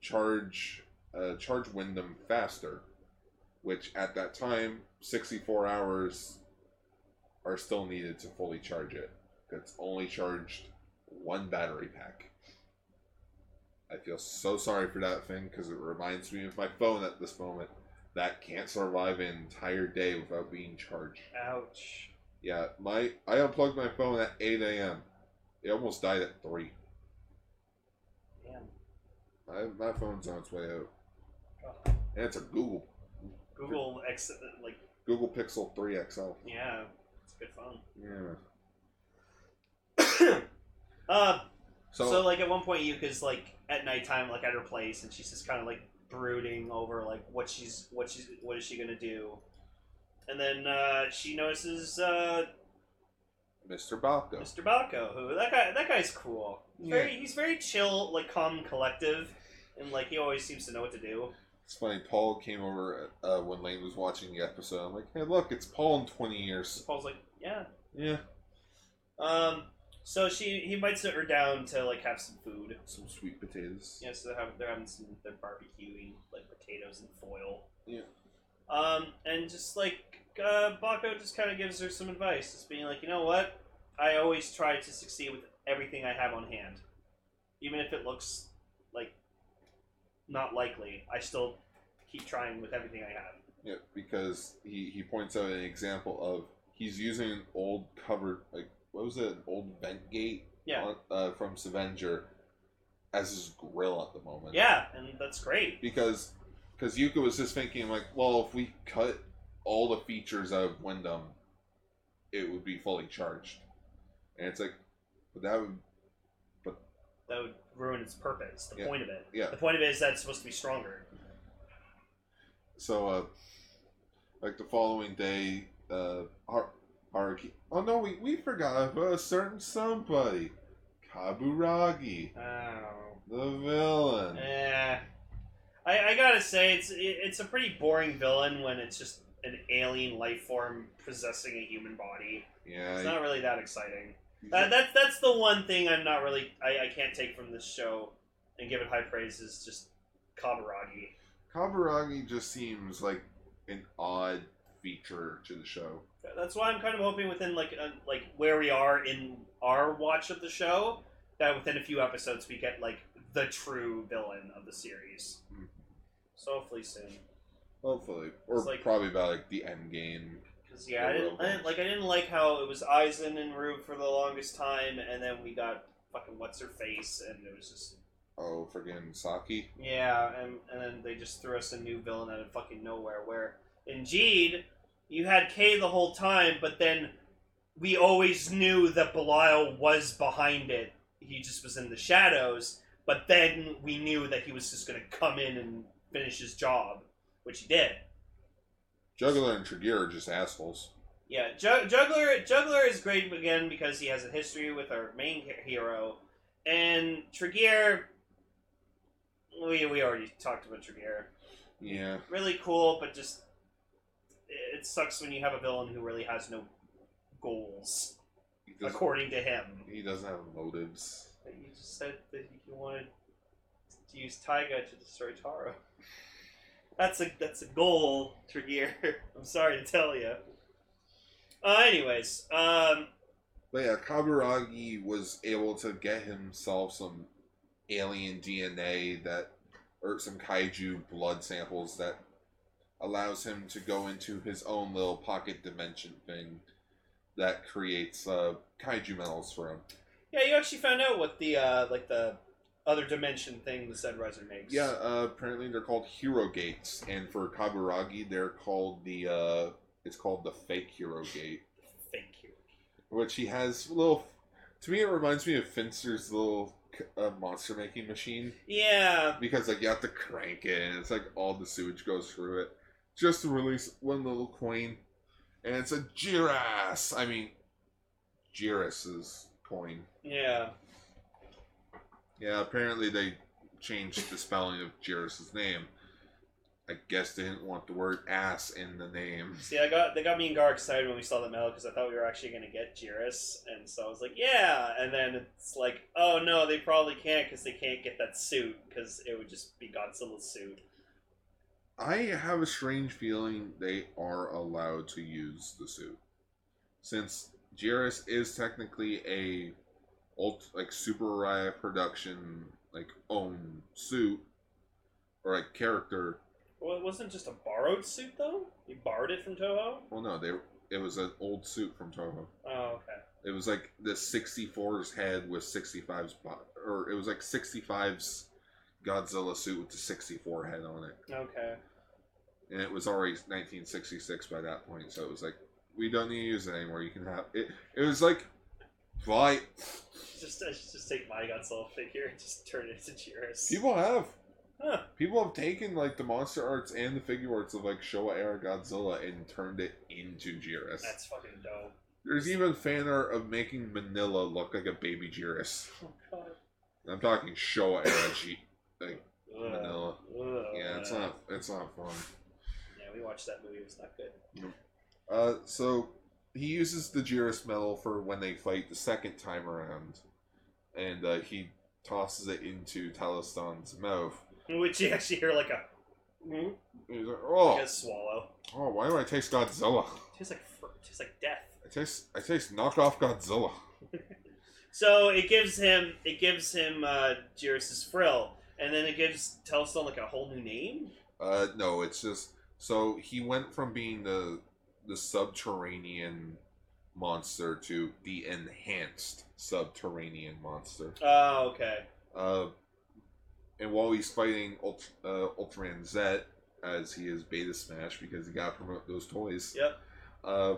charge uh, charge Wyndham faster, which at that time sixty four hours are still needed to fully charge it. It's only charged one battery pack. I feel so sorry for that thing because it reminds me of my phone at this moment that can't survive an entire day without being charged.
Ouch.
Yeah, my I unplugged my phone at 8 a.m. It almost died at three.
Damn.
My, my phone's on its way out,
God.
and it's a Google
Google X uh, like
Google Pixel 3 XL.
yeah, it's good fun.
Yeah.
[coughs] uh,
So,
so like at one point Yuka's like at nighttime like at her place and she's just kind of like brooding over like what she's what she's what is she gonna do, and then uh, she notices uh,
Mr. Balco.
Mr. Balco who that guy that guy's cool. He's
Yeah.
Very he's very chill like calm and collective, and like he always seems to know what to do.
It's funny. Paul came over uh, when Lane was watching the episode. I'm like, hey, look, it's Paul in 20 years.
Paul's like yeah
Yeah,
um. So she he invites her down to like have some food.
some sweet potatoes.
Yeah, so they're having, they're having some they're barbecuing like potatoes and foil.
Yeah.
Um, and just like uh, Baco just kind of gives her some advice, just being like, you know what, I always try to succeed with everything I have on hand, even if it looks like not likely. I still keep trying with everything I have.
Yeah, because he, he points out an example of he's using an old covered like what was it an old vent gate
Yeah.
on, uh, from Savenger as his grill at the moment.
Yeah, and that's great.
because because Yuka was just thinking like, well, if we cut all the features out of Wyndham, it would be fully charged, and it's like, but that would
That would ruin its purpose. The
Yeah.
point of it.
Yeah.
The point of it is that it's supposed to be stronger.
So, uh, like the following day, uh, Har- Haruki. Oh no, we, we forgot about a certain somebody, Kaburagi,
Oh.
the villain.
Yeah, I, I gotta say it's it, it's a pretty boring villain when it's just an alien life form possessing a human body.
Yeah,
It's not really that exciting.
he's-
That, that that's the one thing I'm not really I, I can't take from this show and give it high praise is just Kaburagi.
Kaburagi just seems like an odd feature to the show.
That's why I'm kind of hoping within like uh, like where we are in our watch of the show that within a few episodes we get like the true villain of the series.
Mhm.
So hopefully soon.
Hopefully, or
It's like-
probably about like the end game.
Because yeah, I
The
didn't, I didn't
robots.
like I didn't like how it was Eisen and Rube for the longest time, and then we got fucking what's her face, and it was just
Oh, friggin' Saki.
yeah, and and then they just threw us a new villain out of fucking nowhere. Where indeed you had Kay the whole time, but then we always knew that Belial was behind it. He just was in the shadows, but then we knew that he was just gonna come in and finish his job. which he did.
Juggler and Tregear are just assholes.
Yeah, Ju- Juggler Juggler is great again because he has a history with our main he- hero, and Tregear. We we already talked about Tregear.
Yeah.
Really cool, but just it it sucks when you have a villain who really has no goals,
He doesn't,
according to him.
he doesn't have motives.
But You just said that you wanted to use Taiga to destroy Taro. [laughs] That's a that's a goal, Tregear. [laughs] I'm sorry to tell you. Uh, anyways, um,
But yeah, Kaburagi was able to get himself some alien DNA that, or some kaiju blood samples that allows him to go into his own little pocket dimension thing that creates uh, kaiju medals for him.
yeah, you actually found out what the uh, like the other dimension thing the Sunriser makes.
Yeah, uh, apparently they're called hero gates, and for Kaburagi, they're called the uh, it's called the fake hero gate,
thank you.
which he has little. To me, it reminds me of Finster's little uh, monster making machine.
Yeah,
because like you have to crank it and it's like all the sewage goes through it just to release one little coin and it's a Jiras. I mean Jiras's coin.
yeah,
Yeah, apparently they changed the spelling of Jiras's name. I guess they didn't want the word ass in the name.
See, I got they got me and Gar excited when we saw the medal because I thought we were actually going to get Jiris, and so I was like, yeah. And then it's like, oh no, they probably can't because they can't get that suit because it would just be Godzilla's suit.
I have a strange feeling they are allowed to use the suit, since Jairus is technically a ult like Super Araya production like own suit or like character.
Well, it wasn't just a borrowed suit though. You borrowed it from Toho.
Well, no, they it was an old suit from Toho.
Oh, okay.
It was like the 64's head with 65's bo- or it was like 65's Godzilla suit with the 64 head on it.
Okay.
and it was already 1966 by that point. So it was like, we don't need to use it anymore. You can have it. It was like, why
Just I should just take my Godzilla figure and just turn it into Jiris.
people have
Huh.
people have taken like the monster arts and the figure arts of like Showa era Godzilla and turned it into Jirus.
That's fucking dope.
There's even fan art of making Manila look like a baby Jirus.
Oh god.
I'm talking Showa era G-
Ugh.
Manila.
Ugh.
Yeah, it's not it's not fun.
Yeah, we watched that movie. It was not good. [laughs]
Uh, so he uses the Jirus medal for when they fight the second time around, and uh, he tosses it into Talisman's mouth.
Which you actually hear like a, mm,
And he's like,
like
oh,
a swallow.
oh, why do I taste Godzilla?
tastes like fr- tastes like death.
I taste, I taste knockoff Godzilla.
So it gives him it gives him uh, Jairus' frill, and then it gives Telstone like a whole new name.
Uh, no, it's just so he went from being the the subterranean monster to the enhanced subterranean monster.
Oh, okay.
Uh, and while he's fighting Ult- uh, Ultraman Z, as he is Beta Smash because he got to promote those toys.
Yep.
Uh,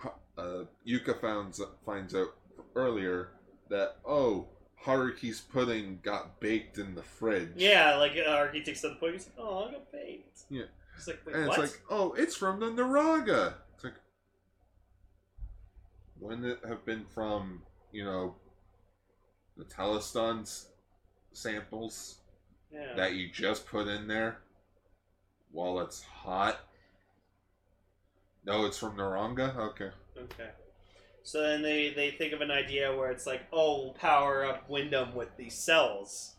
Ha- uh, Yuka finds finds out earlier that oh Haruki's pudding got baked in the fridge.
Yeah, like uh, he takes to the point. He's like, "Oh, I got baked."
Yeah.
He's like,
and
Wait,
it's
"What?"
like oh it's from the Naraga. It's like wouldn't it have been from you know the Telestun's samples?
yeah.
that you just put in there while it's hot. No, it's from Naranga. Okay.
Okay. So then they they think of an idea where it's like, "Oh, we'll power up Wyndham with these cells."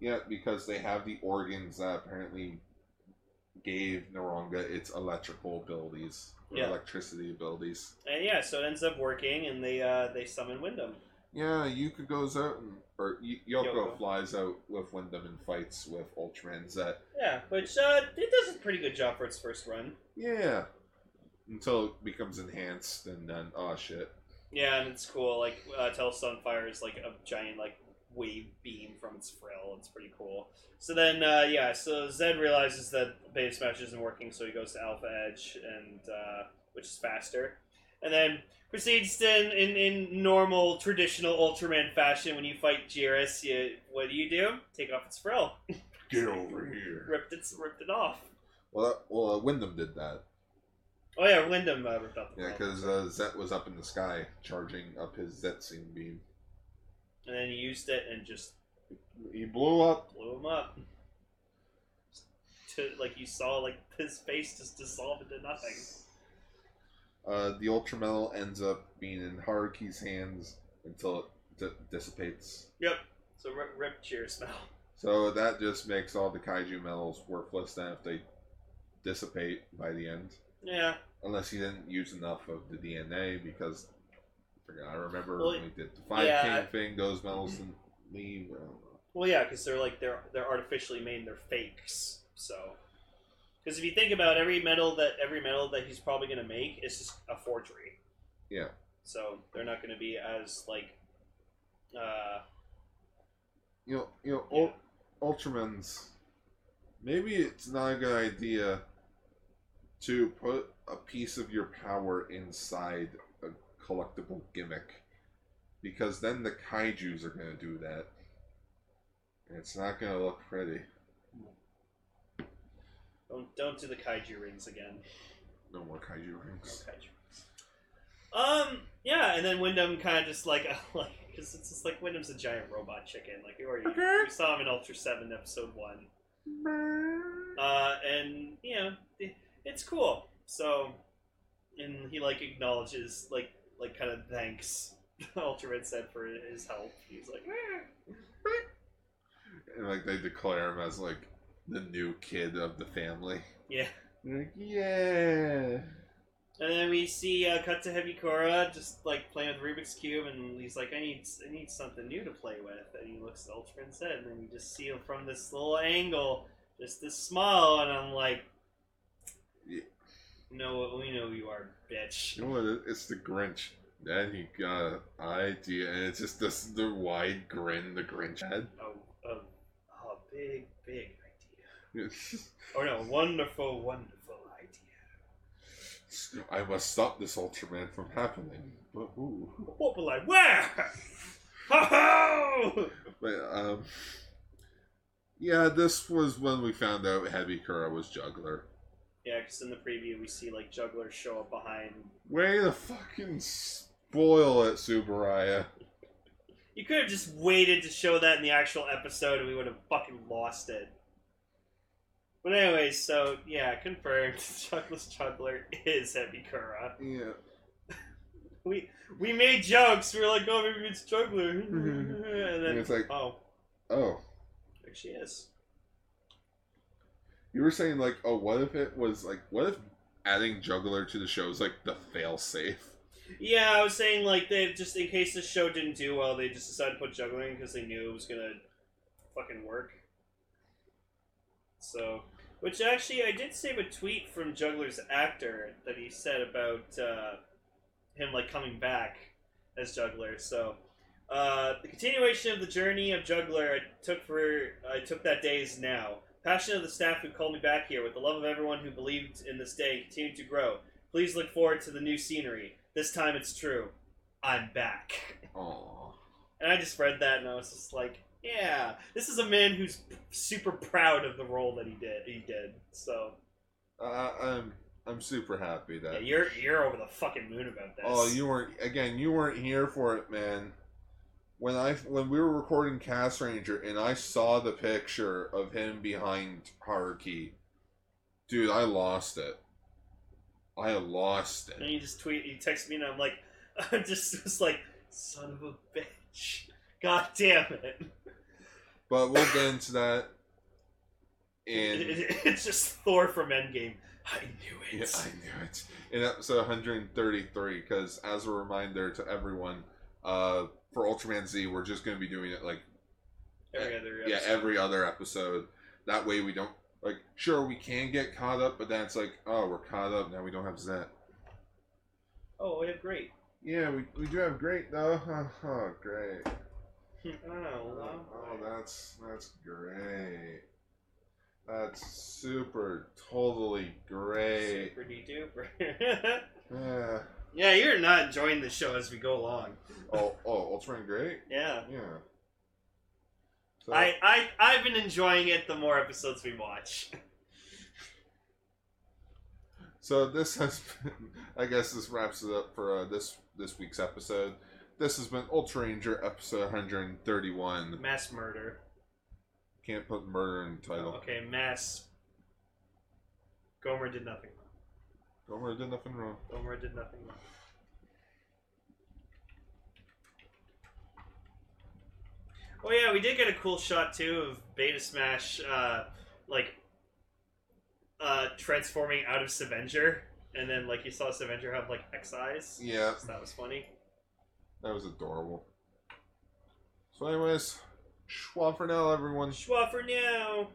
Yeah, because they have the organs that apparently gave Naranga its electrical abilities, or
Yeah.
electricity abilities.
And yeah, so it ends up working, and they uh, they summon Wyndham.
Yeah, Yuka goes out and or y- Yoko,
Yoko.
flies out with Wyndham and fights with Ultraman Z.
Yeah, which uh, it does a pretty good job for its first run.
Yeah, until it becomes enhanced, and then oh shit.
Yeah, and it's cool. Like uh, Telestone fires like a giant like wave beam from its frill. It's pretty cool. So then, uh, yeah. So Zed realizes that Beta Smash isn't working, so he goes to Alpha Edge, and uh, which is faster, and then proceeds to in, in, in normal traditional Ultraman fashion. When you fight Jiris, you what do you do? Take off its frill.
Get over here.
ripped it ripped it off.
Well, that, well, uh, Wyndham did that.
Oh yeah, Wyndham uh, ripped off the
Yeah,
ball.
because uh, Zet was up in the sky charging up his Zetsing beam.
and then he used it and just
He blew up.
blew him up. To like you saw like his face just dissolve into nothing.
Uh, the Ultramel ends up being in Haruki's hands until it di- dissipates.
So rip, rip cheers now.
So that just makes all the kaiju metals worthless then if they dissipate by the end.
Yeah.
Unless you didn't use enough of the DNA because I forgot. I remember
Well,
when we did the Five
yeah. Mm-hmm.
King thing, those metals didn't leave. I don't know.
Well, yeah, because they're like they're they're artificially made. They're fakes. So, because if you think about every metal that every metal that he's probably gonna make is just a forgery.
Yeah.
So they're not gonna be as like, uh,
You know, you know,
yeah.
Ul- Ultraman's. Maybe it's not a good idea to put a piece of your power inside a collectible gimmick, because then the kaiju's are going to do that, and it's not going to look pretty.
don't don't do the kaiju rings again.
No more kaiju
No
rings.
kaiju rings. Um. Yeah, and then Wyndham kind of just like [laughs] uh, like because it's just like Wyndham's a giant robot chicken. Like we already
Okay.
we saw him in Ultra Seven episode one. uh, and you know it, it's cool. So, and he like acknowledges like like kind of thanks [laughs] Ultraman said for his help. He's like, "Eh."
And like they declare him as like the new kid of the family.
yeah.
Like, yeah.
And then we see uh, cut to Heavy Korra just like playing with Rubik's cube, and he's like, I need I need something new to play with, and he looks at Ultraman's head, and then you just see him from this little angle, just this smile, and I'm like.
Yeah.
No, we know who you are, bitch.
You know what? It- It's the Grinch. Then he got an idea, and it's just this the wide grin the Grinch had.
A, a, a big, big idea. Oh no, wonderful, wonderful idea.
[laughs] I must stop this Ultraman from happening. But who?
What will I wear? [laughs] Ho ho!
But um, yeah, this was when we found out Heavy Kura was juggler.
Yeah, because in the preview we see like jugglers show up behind.
Way to fucking spoil it, Subaraya.
You could have just waited to show that in the actual episode and we would have fucking lost it. But anyways, so yeah, confirmed. [laughs] Juggless Juggler is Heavy Kura.
Yeah.
We made jokes. We were like, oh, maybe it's Juggler. [laughs] and then,
Mm-hmm. And it's like-
oh,
Oh,
there she is.
you were saying like, oh, what if it was like, what if adding juggler to the show is like the failsafe?
Yeah, I was saying like they just in case the show didn't do well, they just decided to put juggling because they knew it was gonna fucking work. So, which actually I did save a tweet from Juggler's actor that he said about uh, him like coming back as Juggler. So, uh, the continuation of the journey of Juggler I took for I took that day is now. Passion of the staff who called me back here with the love of everyone who believed in this day continued to grow. Please look forward to the new scenery. This time it's true. I'm back.
Aww.
And I just read that and I was just like, yeah, this is a man who's super proud of the role that he did. He did. So
Uh, I'm I'm super happy
yeah,
that.
you're you're over the fucking moon about this.
oh, you weren't again. You weren't here for it, man. When I when we were recording Cast Ranger and I saw the picture of him behind Haruki, dude, I lost it. I lost
And
it.
you just tweet, you text me, and I'm like, [laughs] I'm just, just like, son of a bitch. God damn it.
But we'll get into that.
It-
And
it- [laughs] it's just Thor from Endgame. I knew
[laughs] Yeah,
it.
I knew it. In episode 133, because as a reminder to everyone, uh, for Ultraman Z, we're just going to be doing it like
Every other
yeah
episode.
every other episode. That way we don't like sure we can get caught up, but then it's like oh we're caught up now we don't have Zet.
Oh, yeah, great. [laughs]
Yeah, we, we do have great though. [laughs] Oh, great.
oh, well.
Oh, that's that's great. That's super totally great.
Super duper. [laughs] yeah,
Yeah.
you're not enjoying the show as we go along.
Oh oh Ultraman great.
Yeah.
Yeah. So
I, I I've been enjoying it the more episodes we watch. [laughs]
So this has been, [laughs] I guess this wraps it up for uh, this this week's episode. This has been Ultra Ranger episode 131.
Mass murder.
Can't put murder in the title.
Okay, mass. Gomer did nothing.
Gomer did nothing wrong.
Gomer did nothing. wrong. Oh yeah, we did get a cool shot too of Beta Smash, uh, like uh, transforming out of Savenger, and then like you saw Savenger have like X eyes.
Yeah,
So that was funny.
that was adorable. So, anyways, schwa for now, everyone.
Schwa for now.